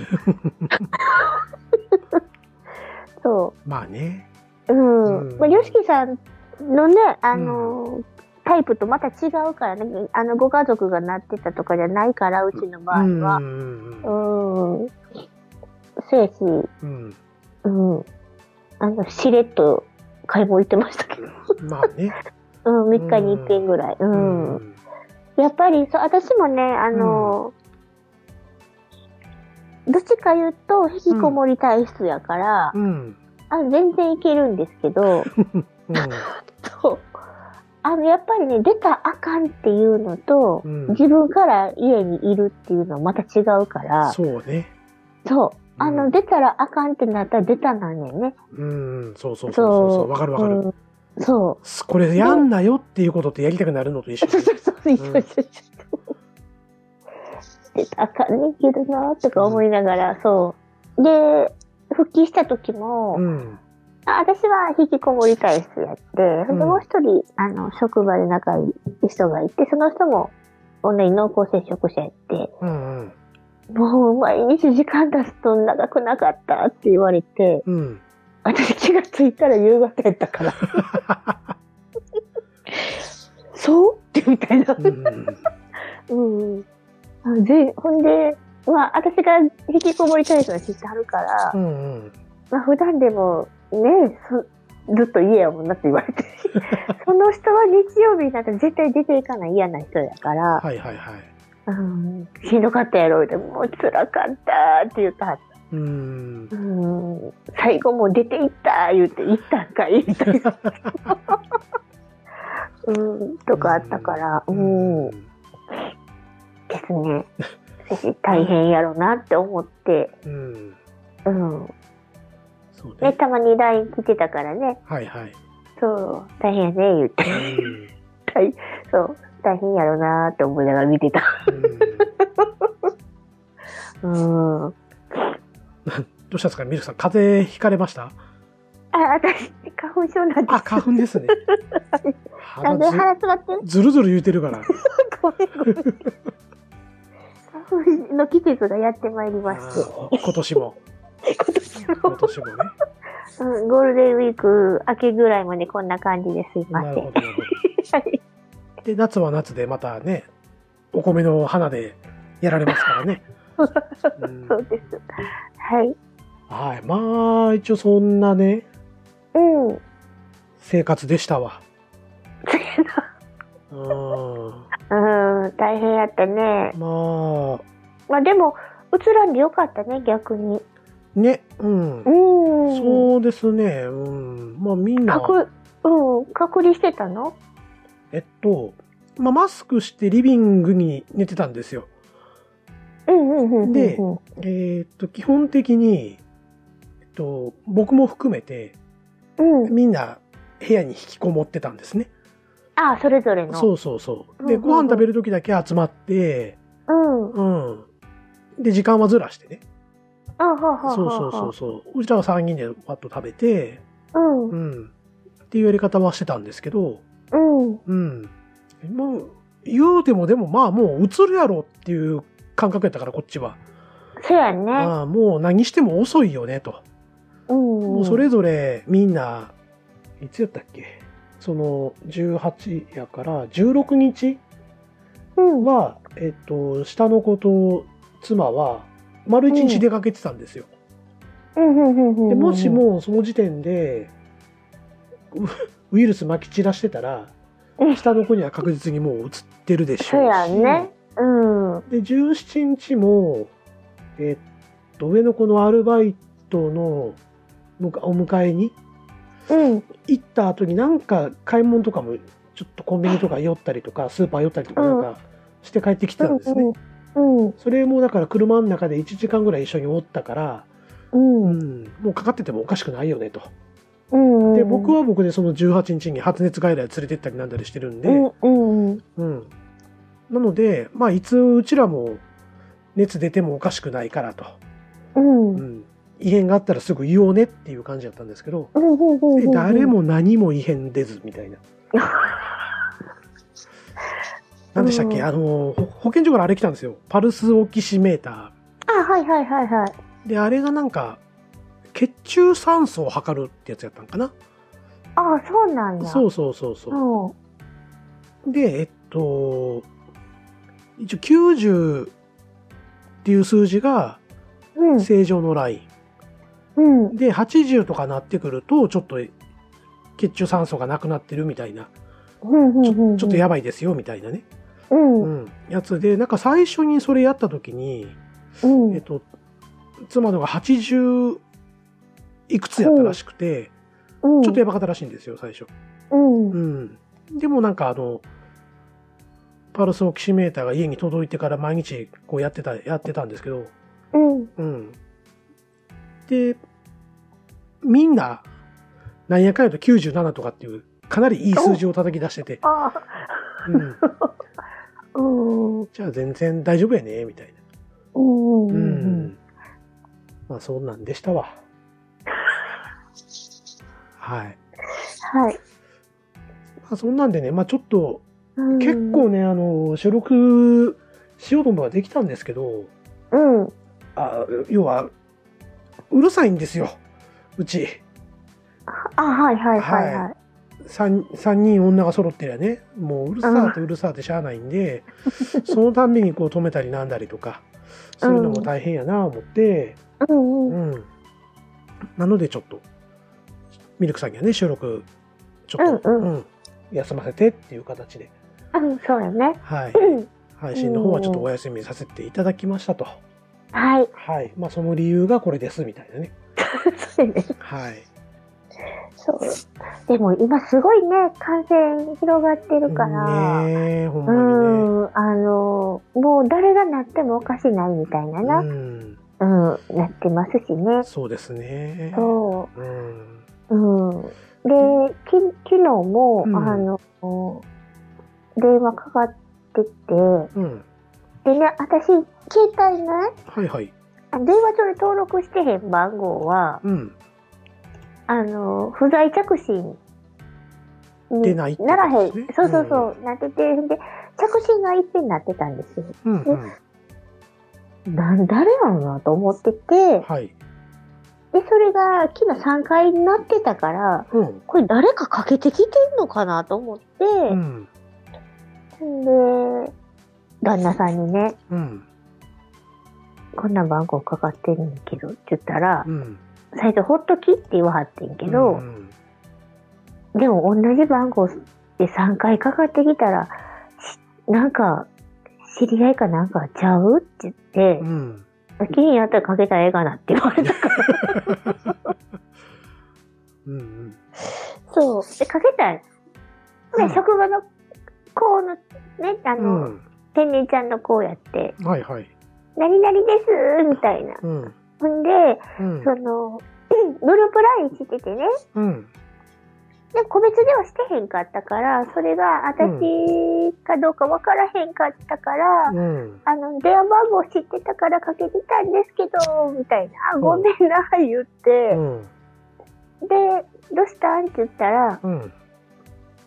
S1: そ
S2: まあね。
S1: う。うん。
S2: うん
S1: まあ、よしきさんのね、あの、タイプとまた違うからね、あの、ご家族がなってたとかじゃないから、うちの場合
S2: うんう
S1: は。
S2: んうん
S1: うん。そうやし、
S2: うん。
S1: うん。あの、しれっと買い物行ってましたけど。 <laughs>
S2: まあね。
S1: うん、3日に1件ぐらい。うん
S2: ん。
S1: やっぱりそう私もねあの、どっちか言うと引きこもり体質やから、
S2: うん。
S1: あ全然いけるんですけどそうあのやっぱりね出たらあかんっていうのと、
S2: うん
S1: 自分から家にいるっていうのはまた違うからそ
S2: そうね。
S1: うあの、
S2: うん
S1: 出たらあかんってなったら出たなんやね
S2: うん。そうそうそうそうそう。わかるわかる。
S1: うんそ
S2: これやんなよっていうことってやりたくなるのと一緒
S1: うそうそうそうそうそうそう <laughs> 出たらあかんねんけどなとか思いながら、そうで復帰した時も、
S2: うん。
S1: あ私は引きこもり体質やって、それでもう一人、あの、職場で仲いい人がいて、その人も、同じ濃厚接触者やって、
S2: うんうん。
S1: もう毎日時間出すと長くなかったって言われて、
S2: うん。
S1: 私気がついたら夕方やったから。 <laughs> そうってみたいな。
S2: うん
S1: うん。あで、ほんで、まあ、私が引きこもり体質は知ってはるから、
S2: うんうん。
S1: まあ、普段でもねそずっと家やもんなって言われてその人は日曜日になったら絶対出ていかない嫌な人やから、
S2: はいはいはい。
S1: うん、しんどかったやろでもう辛かったって言ったはっ
S2: うー
S1: <laughs>
S2: ん。
S1: たうん最後もう出て行った言って行ったんかいみたいなうんとかあったからうんですね大変やろなって思って
S2: うん。
S1: うん
S2: そう
S1: ね
S2: ね。
S1: たまに LINE 来てたからね
S2: はいはい。
S1: そう大変やね言って
S2: うん
S1: そう大変やろなって思いながら見てた
S2: うん
S1: う
S2: ど
S1: ん
S2: うしたんですかミルクさん、風邪ひかれました
S1: あ、私、花粉症なんで
S2: あ、花粉ですね。
S1: す。なんで
S2: 鼻
S1: 腹詰まってる
S2: ずずるずる言うてるから。
S1: ごめんごめん。花粉の季節がやってまいりまして、
S2: あー今年も。今年もね。
S1: うん、ゴールデンウィーク明けぐらいまでこんな感じですいま
S2: なる
S1: せん。
S2: ほど、なるほど。
S1: はい
S2: で、夏は夏でまたね、お米の花でやられますからね。うん
S1: そうです。はい。
S2: はい。まあ、一応そんなね、
S1: うん。う
S2: 生活でしたわ。うん。
S1: ん、大変やったね。
S2: まあ、
S1: まあでも、映らんでよかったね、逆に。
S2: ね、うん
S1: う。ん。
S2: そうですね、うん。まあみんな、
S1: 隔、うん、隔離してたの
S2: えっと、まあマスクしてリビングに寝てたんですよ。
S1: うんうんうんうんうん。
S2: でえーっと、基本的に、えっと、僕も含めて、
S1: うん。
S2: みんな部屋に引きこもってたんですね。
S1: あ、それぞれの。。
S2: そううそうそう。
S1: う
S2: で、
S1: んうんうん
S2: ご飯食べる時だけ集まって、
S1: うん。
S2: うん。で、時間はずらしてね。
S1: あはははは
S2: そうそうそうそう。うちらは3人でパッと食べて、
S1: うん
S2: う。ん。っていうやり方はしてたんですけど、
S1: うん。
S2: うん。もう、言うてもでもまあもう映るやろっていう感覚やったから、こっちは。
S1: そやね。
S2: ああ、もう何しても遅いよね、と。
S1: うん。
S2: もうそれぞれみんな、いつやったっけその、18やから、16日
S1: うん。
S2: は、えっと、下の子と妻は、丸一日出かけてたんですよ。
S1: うん。
S2: でもし、もうその時点で、うウイルス撒き散らしてたら
S1: うん、
S2: 下の子には確実にもう移ってるでしょうし。
S1: そうやね。うん。
S2: で、17日も、えっと、上の子のアルバイトのむかお迎えに
S1: うん。
S2: 行った後になんか買い物とかも、ちょっとコンビニとか寄ったりと
S1: <laughs>
S2: か、スーパー寄ったりとかなんかして帰ってきてたんですね。
S1: うん。
S2: それもだから車の中で1時間ぐらい一緒におったから、
S1: うん。
S2: う
S1: うん。
S2: ん、もうかかっててもおかしくないよねと。
S1: うん。
S2: で、僕、は僕でその18日に発熱外来連れてったりなんだりしてるんで、
S1: うん。うん。
S2: うん。なので、まあ、いつうちらも熱出てもおかしくないからと。
S1: うん。
S2: う
S1: うん。
S2: ん。異変があったらすぐ言おうねっていう感じだったんですけど、で
S1: うん。
S2: 誰。も何も異変出ずみたい
S1: <laughs>
S2: な。何でしたっけ、
S1: うん
S2: あの、ほ保健所からあれ来たんですよ。パルスオキシメータ
S1: あ、はいはいはいはい。
S2: ー。で、あれがなんか、血中酸素を測るってやつやったんかな。
S1: あ、そうなんや。
S2: そうそうそうそう。
S1: うん。
S2: で、えっと、一応90っていう数字が
S1: うん。
S2: 正常のライ
S1: うん。
S2: ン。で、80とかなってくると、ちょっと血中酸素がなくなってるみたいな、
S1: うん。うん。
S2: ちょっとやばいですよみたいなね、
S1: う。
S2: うんん、やつで、なんか最初にそれやった時に、
S1: うん。
S2: えっと、妻のが80いくつやったらしくて、
S1: うん。
S2: ちょっとやばかったらしいんですよ、最初。
S1: うん。う。
S2: うんん。でもなんかあの、パルスオキシメーターが家に届いてから毎日こうやってた、やってたんですけど、
S1: うん。
S2: うん。で、みんな、なんやかんやと97とかっていう、かなりいい数字を叩き出してて、
S1: あ、
S2: うん。
S1: うん。うん。
S2: じゃあ全然大丈夫やね、みたい
S1: うん。
S2: な。う
S1: うん。
S2: ん。まあそんなんでしたわ。はい。
S1: はい。
S2: まあそんなんでね、まあちょっと、結構。ね、あの、収録しようと思えばできたんですけど、
S1: うん。
S2: あ要は、うるさいんですよ。うち、
S1: あ、はいはいはいはい。
S2: 三三人女が揃ってりゃね、もううるさーってうるさーってしゃあないんで、そのたんびにこう止めたりなんだりとか、そういうのも大変やなぁ思って、
S1: うん
S2: う
S1: うん。
S2: ん。なのでちょっと、ミルクさんにはね、収録、ちょっと、
S1: うん
S2: うん休ませてっていう形で、 <laughs>
S1: うん、そうやね。
S2: はい。
S1: うん
S2: 配信の方はちょっとお休みさせていただきましたと。
S1: はい。
S2: はい。まあ、その理由がこれです、みたいなね。
S1: そうですね。
S2: はい。
S1: そう。でも今すごいね、感染広がってるから。
S2: ねえ、ほんま
S1: うん、あの、もう誰がなってもおかしないみたいなな、う
S2: に
S1: ん、
S2: ね。うん。
S1: なってますしね。
S2: そうですね。。
S1: そう
S2: ん。
S1: う。うん。で、き昨日も、
S2: うん
S1: あの、電話かかってきて、
S2: うん。
S1: でね、私、携帯ね、
S2: はいはい。
S1: あ電話帳に登録してへん番号は、
S2: うん。
S1: あの、不在着信に
S2: 出ないってこと
S1: ならへ
S2: で
S1: ん。
S2: すね
S1: そうそうそう、なってて、で、着信がいっぺんになってたんですよ。
S2: うん、うん。
S1: なん、誰やろなと思ってて、
S2: はい。
S1: で、それが昨日3回になってたから、
S2: うん。
S1: これ誰かかけてきてんのかなと思って、
S2: うん。
S1: で、旦那さんにね、
S2: うん。
S1: こんな番号かかってんねんけど、って言ったら
S2: う、ん。
S1: 最初ほっときって言わはってんけど、
S2: うん
S1: でも同じ番号で3回かかってきたら、しなんか、知り合いかなんかちゃうって言って
S2: う、ん。
S1: 先にやったらかけたらええかなって言わ
S2: <laughs>
S1: れたから。
S2: うん。うん。
S1: そう。で、かけたら、ね
S2: うん
S1: 職場の子の、ね、あ
S2: う
S1: の、
S2: ん。
S1: 天然ちゃんの子やって、
S2: はいはい。
S1: 何々ですみたいな。
S2: うん。
S1: ほんで、
S2: うん
S1: そ。の、 <clears throat> グループラインしててね、
S2: うん。
S1: で個別ではしてへんかったから、それが私かどうかわからへんかったから、
S2: うん。
S1: あの、電話番号知ってたからかけてたんですけど、みたいな、あ
S2: うん
S1: ごめんな、言って、
S2: うん。
S1: で、どうしたんって言ったら、
S2: うん。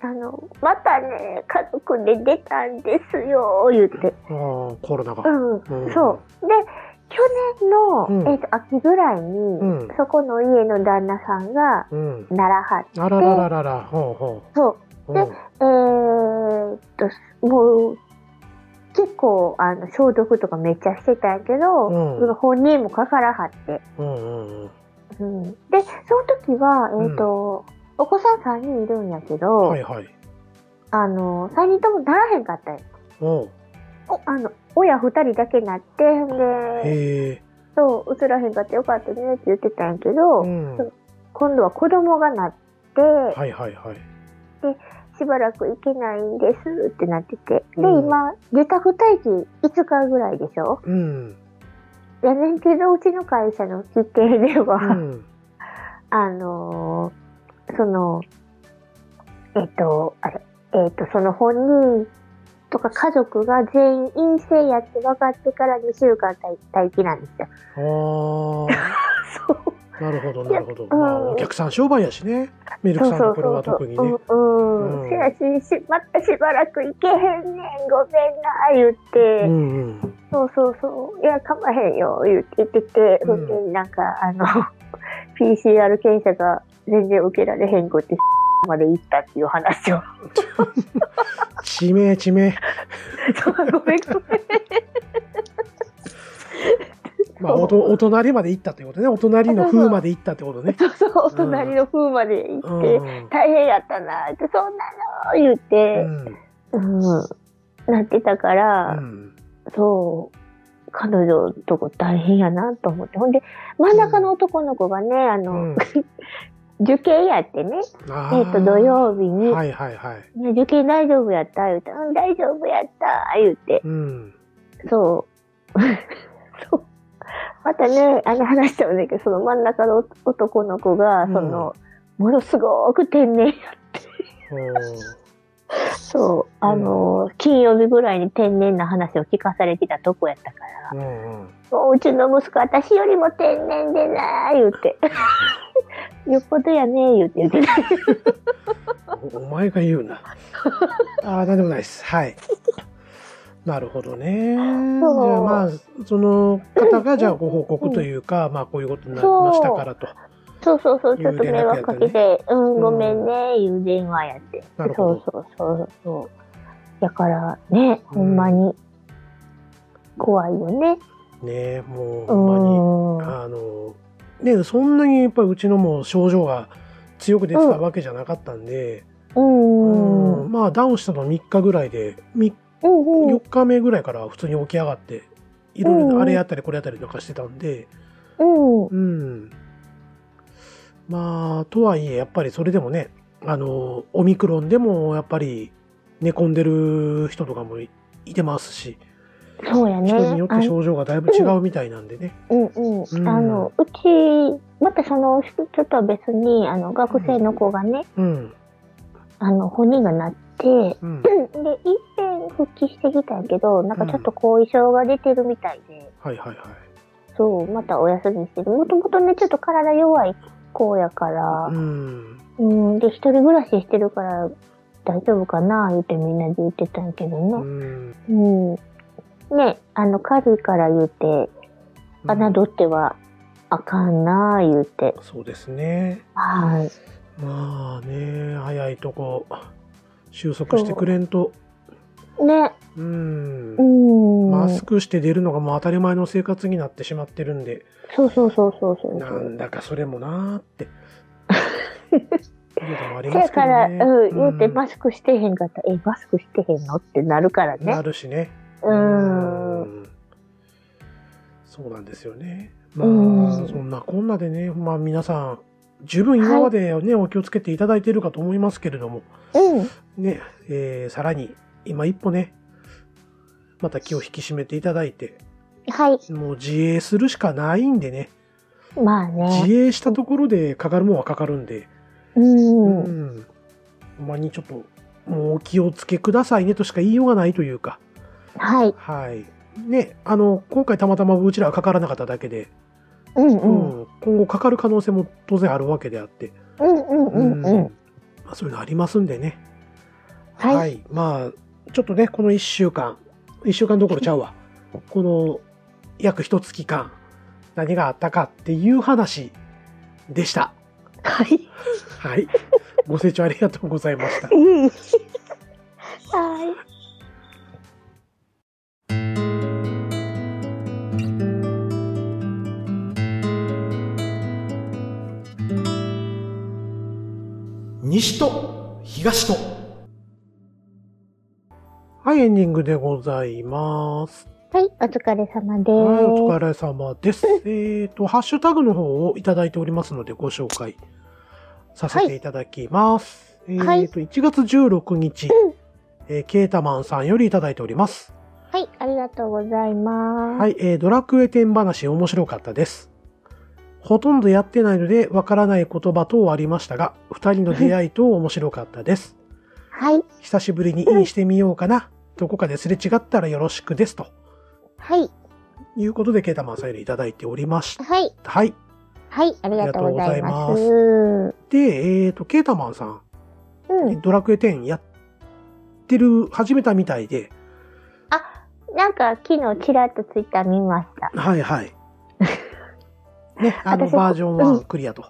S1: あの、またね、家族で出たんですよ、言って。
S2: ああ、コロナが。
S1: うん、
S2: うん
S1: そう。で、去年の、
S2: うん
S1: えっと、秋ぐらいに、
S2: うん
S1: そこの家の旦那さんが、
S2: うん。
S1: 奈良派。
S2: あららららら、ほうほ
S1: そう。
S2: う。
S1: で
S2: うん
S1: えーっと、もう、結構、あの、消毒とかめっちゃしてたんやけど、
S2: うん
S1: その本人もかからはって。
S2: うんうんうん。
S1: うん、で、その時は、えーっと、お子さん3人いるんやけど、
S2: はいはい。
S1: あの、3人ともならへんかったんよ
S2: おう
S1: おあの、親2人だけなって、で、
S2: へえ。
S1: そう、映らへんかったよかったねって言ってたんやけど、
S2: うん。は
S1: 今度は子供がなって、
S2: いはいはい。
S1: しばらく行けないんですってなってて。で、
S2: うん
S1: 今、自宅待機5日ぐらいでしょ
S2: うん。
S1: やねんけど、うちの会社の規定では、
S2: うん。
S1: あのーその、えっと、あれ、えっと、その本人とか家族が全員陰性やって分かってから2週間待待機なんですよ。
S2: ああ。
S1: <laughs> そう。
S2: なるほどなるほど。
S1: ん
S2: まあ、お客さん商売やしね。ミルク
S1: そう
S2: さんの
S1: そう
S2: これは
S1: そう
S2: 特に
S1: う
S2: ね。
S1: ん。う
S2: うん
S1: ん。せやし、しまたしばらく行けへんねん、ごめんな、言っ
S2: う
S1: て。
S2: んうん。
S1: そうそうそう。いや、かまへんよ、言って言ってて、
S2: う
S1: ほ
S2: ん
S1: んで、なんか、あの、PCR 検査が全然受けられへんくって、まで行ったっていう話を。 <laughs>
S2: 地名地名。
S1: そうごめんごめん。
S2: まあ、おとお隣まで行ったってことね。お隣の風まで行ったってことね。
S1: そうそう、お隣の風まで
S2: う
S1: 行
S2: ん
S1: って、。大変やったな、って、そんなの、言っ
S2: う
S1: て、
S2: ん。
S1: うん、なってたか
S2: う
S1: ら、
S2: ん。
S1: そう。彼女のとこ大変やなと思って。ほんで、真ん中の男の子がね、あの、
S2: うん
S1: <laughs> 受験やってね、
S2: あー
S1: えっと、土曜日に、
S2: はいはいはい。
S1: ね受験大丈夫やった言うて、うん、大丈夫やった言うて、
S2: うん。
S1: そう。 <laughs> そう。またね、あの話したよねんけど、その真ん中の男の子が、
S2: うん
S1: その、ものすごく天然や、
S2: おー
S1: そう、あの、金曜日ぐらいに天然な話を聞かされてたとこやったか
S2: う
S1: ら、
S2: んうん。
S1: もううちの息子、私よりも天然でなー言うて、 <laughs> よっぽどやねー言うて言ってた。
S2: おお前が言う
S1: <laughs>
S2: な。ああ、なんでもないです。はい。なるほどね。じゃあ
S1: そう
S2: まあ、その方が、じゃあご報告というか、まあこういうことになりましたからと。
S1: そうそうそう、ちょっと迷惑かけ、
S2: いう連絡やって
S1: うん、ごめんね、いう電話やって。
S2: なるほど
S1: そうそうそうそう。だからね、
S2: うん
S1: ほんまに、怖いよね。
S2: ねえもう
S1: う
S2: ほん
S1: ん。
S2: まに。あの、ねそんなにやっぱりうちのも症状が強く出てたわけじゃなかったんで、
S1: うん。
S2: うんまあダウンしたの3日ぐらいで、3
S1: うんうん。
S2: 4日目ぐらいから普通に起き上がって、いろい
S1: うんう
S2: ろ
S1: ん
S2: あれやったりこれやったりなんかしてたんで、
S1: うん。うん
S2: うん。まあ、とはいえ、やっぱりそれでもね、あの、オミクロンでもやっぱり寝込んでる人とかもいいてますし、
S1: そうやね。
S2: 人によって
S1: あ
S2: 症状がだいぶ違うみたいなんでね。
S1: うんうん
S2: うん
S1: あのうちまたその人とは別にあの学生の子がね、
S2: うん。
S1: あの本人がなって
S2: うん。
S1: で一遍復帰してきたんやけどなんかちょっと後遺症が出てるみたいで、
S2: はいはいはい。
S1: そうまたお休みしてるもともとねちょっと体弱い子やから
S2: う、ん。
S1: うん、で一人暮らししてるから大丈夫かな言ってみんなで言ってたんやけど
S2: う
S1: ね、
S2: ん。
S1: うんねあのカリーから言うて侮ってはあかんな言うて
S2: そうですね。
S1: はい。
S2: まあね、早いとこ、収束してくれんと、
S1: ね、
S2: うん
S1: う。ん。
S2: マスクして出るのがもう当たり前の生活になってしまってるんで、
S1: そうそうそうそうそう。
S2: なんだかそれもなーって。
S1: <laughs>
S2: いうのもあり
S1: せ
S2: ま
S1: や
S2: すけど
S1: か
S2: ね
S1: ら、うん、言うて
S2: うん
S1: マスクしてへんかったら、え、マスクしてへんのってなるから
S2: な
S1: ね。
S2: るしね。
S1: うーん。
S2: んそうなんですよね。まあ、
S1: うん
S2: そんなこんなでね、まあ皆さん、十分今までね、お気をつけていただいているかと思いますけれども、
S1: うん。
S2: ね、えーさらに、今一歩ね、また気を引き締めていただいて、
S1: はい。
S2: もう自衛するしかないんでね、
S1: まあね。
S2: 自衛したところでかかるもんはかかるんで、
S1: うん。
S2: う
S1: うん
S2: んほんまにちょっと、もうお気をつけくださいねとしか言いようがないというか、
S1: はい。
S2: はい。ね、あの、今回たまたまうちらはかからなかっただけで、
S1: うんう。
S2: うんん今後かかる可能性も当然あるわけであって、
S1: うんうんうんうん。
S2: まあ、そういうのありますんでね。
S1: はい
S2: まあ、ちょっとね、この1週間、1週間どころちゃうわ。この約1月間、何があったかっていう話でした。
S1: はい。 <laughs>
S2: はい。ご清聴ありがとうございました。
S1: うんはい。
S2: 西と東と。はい、エンディングでございます。
S1: はい。お疲れ様です。
S2: はい、お疲れ様です。えっと、ハッシュタグの方をいただいておりますので、ご紹介させていただきます。
S1: はい
S2: えっと、1月16日、えーケータマンさんよりいただいております。
S1: はい。ありがとうございます。
S2: はい、えードラクエ10話面白かったです。ほとんどやってないので、わからない言葉等はありましたが、二人の出会い等面白かったです。
S1: はい。
S2: 久しぶりにインしてみようかな。どこかですれ違ったらよろしくです。と
S1: はい。
S2: いうことで、ケータマンさんよりいただいておりました。
S1: はい。
S2: はい。
S1: はい。ありがとうござい
S2: ありがとうご
S1: ま
S2: ざ
S1: す
S2: い。で、えっ、と、ケータマンさん、
S1: うん。
S2: ドラクエ10やってる、始めたみたいで、
S1: なんか、昨日ちらっとツイッター見ました。
S2: はい
S1: <laughs>
S2: はい。ね、あの、
S1: 私も
S2: バージョン
S1: う
S2: 1
S1: ん
S2: クリアと。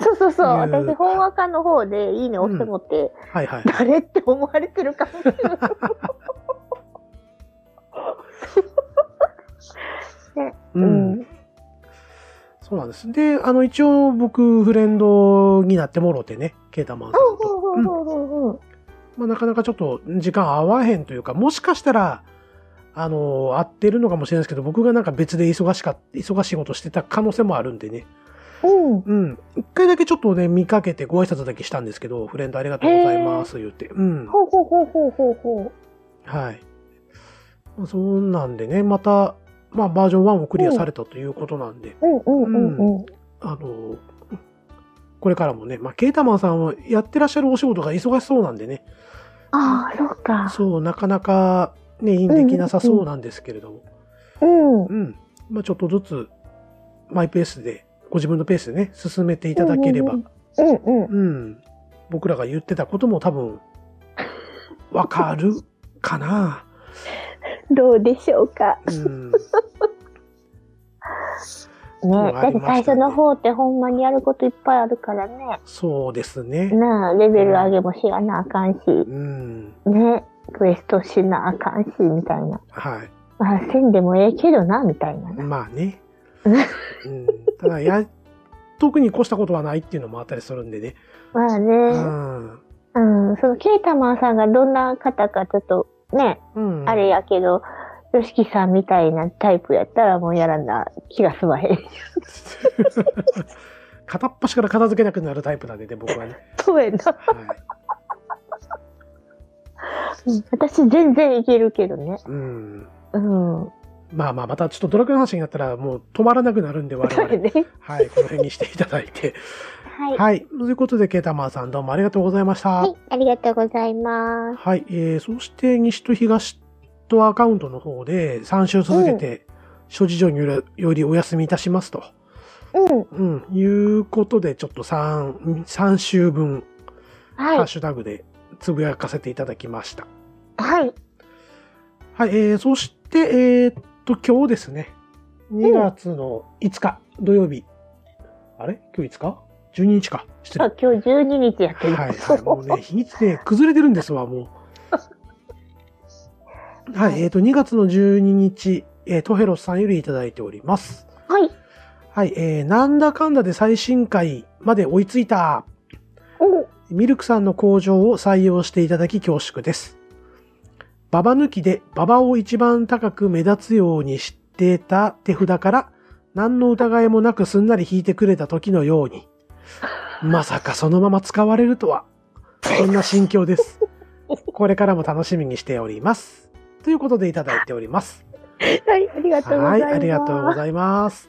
S1: そうそうそう。
S2: いう
S1: 私、本話家の方でいいね押してもって、
S2: はいはい。
S1: 誰って思われてるかもしれない。
S2: う。
S1: うんん。
S2: そうなんです。で、あの、一応僕、フレンドになってもろてね、ケータマンさんと。
S1: うんうんうんうん
S2: まあ、なかなかちょっと時間合わへんというか、もしかしたら、あの、合ってるのかもしれないですけど、僕がなんか別で忙しかっ忙しいことしてた可能性もあるんでね。
S1: うん。うん。
S2: うん。一回だけちょっとね、見かけてご挨拶だけしたんですけど、フレンドありがとうございます、言って。うん。
S1: ほうほうほうほうほうほ
S2: はい。まあそんなんでね、また、まあ、バージョン1をクリアされたということなんで、
S1: う。うんうんうんうん。
S2: あの、これからもね、まあ、ケータマンさんはやってらっしゃるお仕事が忙しそうなんでね、
S1: ああ、そうか。
S2: そう、なかなかね、インできなさそうなんですけれども、
S1: うん。
S2: うん。まあ、ちょっとずつ、マイペースで、ご自分のペースでね、進めていただければ
S1: うん、うんうん。
S2: うん、僕らが言ってたことも多
S1: <laughs>
S2: 分わかるかな。
S1: どうでしょうか。
S2: うん、
S1: ね
S2: わか
S1: だっ
S2: り
S1: て
S2: ま
S1: 最
S2: した
S1: 初の方ってほんまにやることいっぱいあるからね。
S2: そうです
S1: <laughs>
S2: ね。
S1: なあ、レベル上げもしやなあかんし、
S2: うん、
S1: ね。クエストしなあかんし、みたいな。
S2: は、
S1: まあ、せんでもええけどな、みたいないな。
S2: まあ
S1: <laughs>
S2: ね。うん、ただや特に越したことはないっていうのもあったりするんでね。
S1: まあ
S2: う
S1: ね。
S2: ん、
S1: うん、そのケータマンさんがどんな方かちょっとね、
S2: うん。
S1: あれやけど、よしきさんみたいなタイプやったらもうやらな気が済ま
S2: <laughs>
S1: へん。
S2: 片っ端から片付けなくなるタイプなんでね、僕はね。
S1: そうやな。
S2: はい。
S1: <laughs> 私全然いけるけどね。
S2: うん。
S1: うん。
S2: まあまあ、またちょっとドラクエの話になったらもう止まらなくなるんで、我
S1: そうや
S2: 々。
S1: ね。
S2: はい、この辺にしていただいて。
S1: <laughs> はい。はい、
S2: はい。ということで、ケータマンさんどうもありがとうございました。
S1: ありがとうございます。
S2: はい、えー、そして西と東とアカウントの方で3週続けて、諸事情によるよりお休みいたしますと、
S1: うん。
S2: うん、いうことで、ちょっと3、3週分、ハ
S1: は
S2: ッ
S1: い。
S2: シュタグでつぶやかせていただきました。
S1: はい。
S2: はい、えー、そして、えーっと、今日ですね、2月の5日、土曜日、あれ今日5日 ?12 日か。失礼
S1: あ。今日12日やってる。
S2: はい、はい、 <laughs> もうね、日にちで崩れてるんですわ、も <laughs> う。はい、えっ、と、2月の12日、えートヘロスさんよりいただいております。
S1: はい。
S2: はい、えー、なんだかんだで最新回まで追いついた。
S1: お
S2: ミルクさんの工場を採用していただき恐縮です。ババ抜きでババを一番高く目立つようにしてた手札から何の疑いもなくすんなり引いてくれた時のように、まさかそのまま使われるとは、そんな心境です。これからも楽しみにしております。ということでいただいております。
S1: はい、ありがとうござ
S2: はいい、
S1: ます。
S2: ありがとうございます。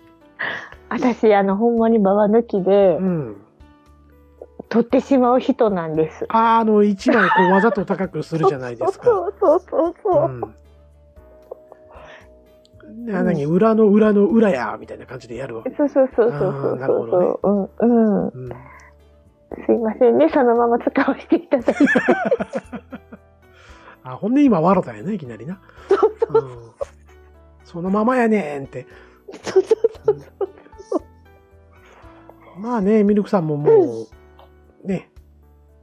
S1: 私、あの、ほんまにババ抜きで
S2: う、ん。
S1: 取ってしまう人なんです。
S2: あーあの、一枚こうわざと高くするじゃないですか。
S1: そうそうそうそう。
S2: うん、な何裏の裏の裏やみたいな感じでやるわけ、
S1: そうそうそうそうそう
S2: あーなるほどね
S1: そうそう、うんうん
S2: うん、
S1: すいませんねそのまま使わせていただ
S2: <laughs>
S1: いて
S2: あほんで今笑ったんやねいきなりな、うん、そのままやねんって
S1: そうそうそうそう
S2: まあねミルクさんももうね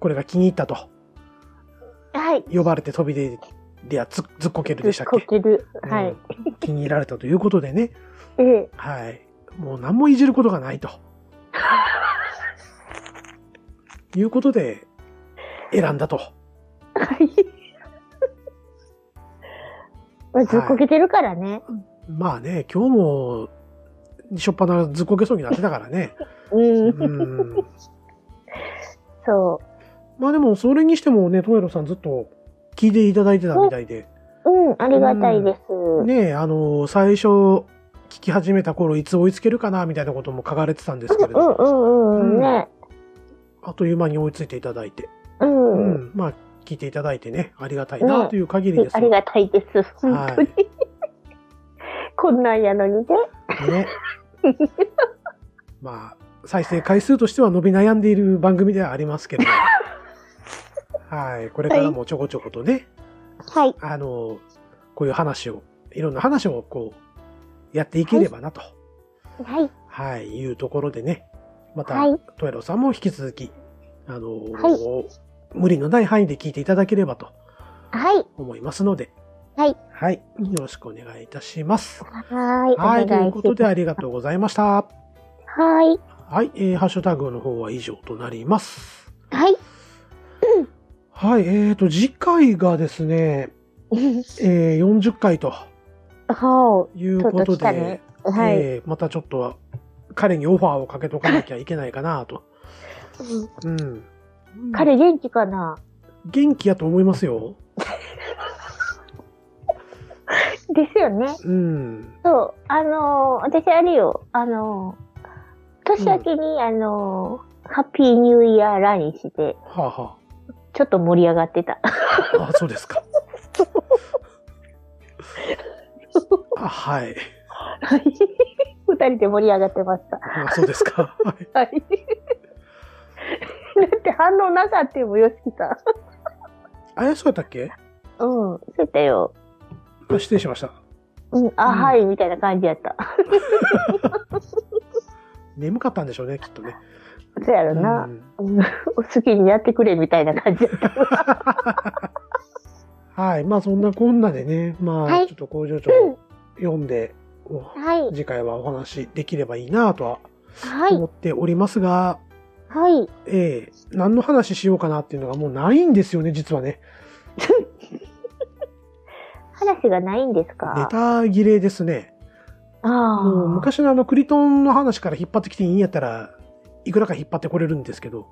S2: これが気に入ったと
S1: はい
S2: 呼ばれて飛び出りゃつずっこけるでしたっ
S1: こ
S2: け、
S1: けるはい、
S2: うん気に入られたということでね
S1: ええ
S2: はいもう何もいじることが
S1: <laughs>
S2: ないということで選んだと。
S1: はい <laughs> まあずっこけてるからね、
S2: まあね、今日も、しょっぱなずっこけそうになってたから
S1: <laughs>
S2: ね。
S1: うん
S2: うん。
S1: そ
S2: まあでも、それにしてもね、トエロさんずっと聞いていただいてたみたいで。
S1: ううんありがたいです、
S2: ねえ、あの、最初、聞き始めた頃、いつ追いつけるかな、みたいなことも書かれてたんですけれ
S1: う
S2: ど、
S1: んうんうんうんね
S2: あっという間に追いついていただいて。
S1: うん
S2: う、ん。まあ、聞いていただいてね、ありがたいな、という限りです。
S1: ありがたいです本当に、
S2: はい
S1: こんなんやのにね
S2: ね。まあ、再生回数としては伸び悩んでいる番組ではありますけれども。はい。これからもちょこちょことね、
S1: はい
S2: あの、こういう話を、いろんな話をこう、やっていければなと、
S1: はい
S2: はい、い、うところでね、また、
S1: はい
S2: トエロさんも引き続き、あの、
S1: は
S2: 無理のない範囲で聞いていただければと
S1: はい
S2: 思いますので、
S1: はい
S2: はい、よろしくお願いいたします。
S1: はい
S2: はい、
S1: お
S2: とい
S1: 願
S2: う
S1: いし
S2: ことで
S1: ま
S2: ありがとうございました。
S1: すはい
S2: はい、えー、ハッシュタグの方は以上となります。
S1: はい <laughs>
S2: はい、えーと、次回がですね、えー、40回と
S1: は
S2: いうこと
S1: とうとう来た
S2: で
S1: ね、はい、
S2: えーまたちょっと彼にオファーをかけとかなきゃいけないかなと。うん。
S1: 彼元気かな
S2: 元気やと思いますよ。
S1: ですよね。
S2: うん。
S1: そう。あのー私あれよ、あのー年明けに、あのーハッピーニューイヤーラインして、
S2: はあ、は
S1: ちょっと盛り上がってた。 <laughs>
S2: あ、あ、そうです <laughs> か。あはい。
S1: はい二人で盛り上がってました。
S2: あそうですか。はい
S1: はい。 <laughs> だって反応なかったよ、よしきさ
S2: あれ、そうやったっけ
S1: ん。うん、そうやったよ。
S2: あ失礼しました。
S1: うん、あ、
S2: うん
S1: はい、みたいな感じやった。
S2: 眠かったんでしょうね、きっとね。
S1: そうやろな。
S2: うん
S1: うん、お好きにやってくれ、みたいな感じやった。
S2: はい。まあそんなこんなでね、まあ、
S1: はい
S2: ちょっと工場長
S1: うん
S2: 読んで、お
S1: はい。
S2: 次回はお話できればいいなとは
S1: はい
S2: 思。っておりますが、
S1: はい。
S2: ええ何の話しようかなっていうのがもうないんですよね、実はね。
S1: 話がないんです
S2: ネ
S1: か
S2: タ切れですね。
S1: ああ。
S2: もう昔のあの、クリトンの話から引っ張ってきていいんやったら、いくらか引っ張ってこれるんですけど。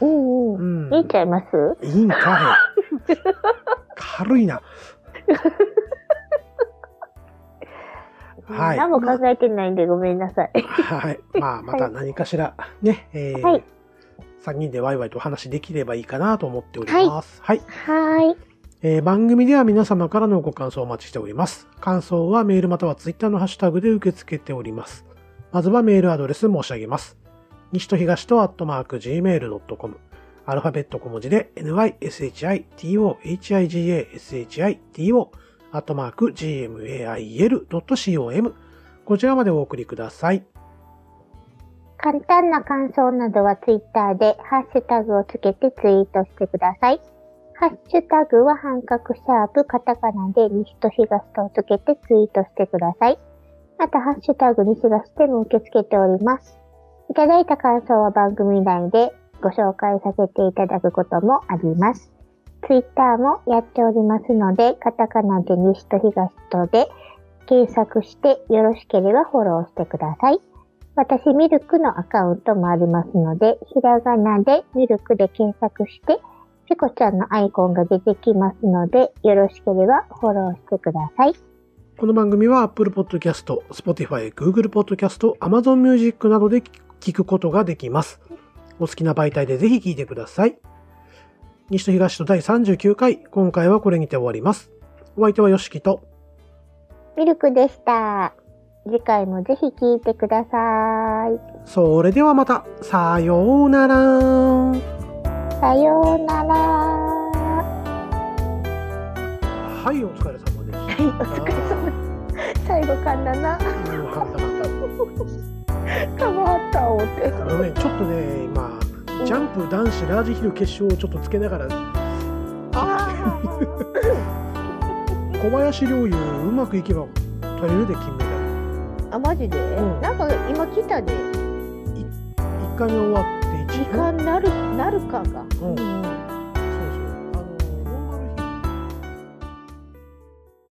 S1: おうお
S2: う
S1: う。
S2: ん。
S1: 見えちゃいます
S2: いいんか
S1: <laughs>
S2: い。軽いな。はい。
S1: 何も考えてないんでごめんなさい。
S2: はい。まあ、また何かしら、ね、えー
S1: はい
S2: 3人でワイワイとお話できればいいかなと思っております。はい。
S1: はーい。
S2: えー番組では皆様からのご感想をお待ちしております。感想はメールまたはツイッターのハッシュタグで受け付けております。まずはメールアドレス申し上げます。西と東とアットマーク gmail.com アルファベット小文字で nyshitohigasshito アットマーク gmail.com こちらまでお送りください。
S1: 簡単な感想などはツイッターでハッシュタグをつけてツイートしてください。ハッシュタグは半角シャープカタカナで西と東とをつけてツイートしてください。またハッシュタグ西東でも受け付けております。いただいた感想は番組内でご紹介させていただくこともあります。ツイッターもやっておりますので、カタカナで西と東とで検索してよろしければフォローしてください。私、ミルクのアカウントもありますので、ひらがなでミルクで検索して、ペコちゃんのアイコンが出てきますので、よろしければフォローしてください。
S2: この番組は Apple Podcast、Spotify、Google Podcast、Amazon Music などで聞くことができます。お好きな媒体でぜひ聞いてください。西と東と第39回、今回はこれにて終わります。お相手はよしきと、
S1: ミルクでした。次回もぜひ聞いてください。
S2: それではまた、さようなら。
S1: さようなら。
S2: はい、お疲れ様でし
S1: はい、お疲れ様です。最後かんだな。
S2: た。よかった
S1: かわった思って。 <laughs>
S2: あのね、ちょっとね、今、ジャンプ男子ラージヒル決勝をちょっとつけながら、あ
S1: あー
S2: 小林陵侑、うまくいけば取れるで金メダル。
S1: あ、マジで、
S2: うん
S1: なんか今来たで、
S2: 1回目終わって
S1: 時
S2: 1
S1: 間なる、なるかが。
S2: うん
S1: ん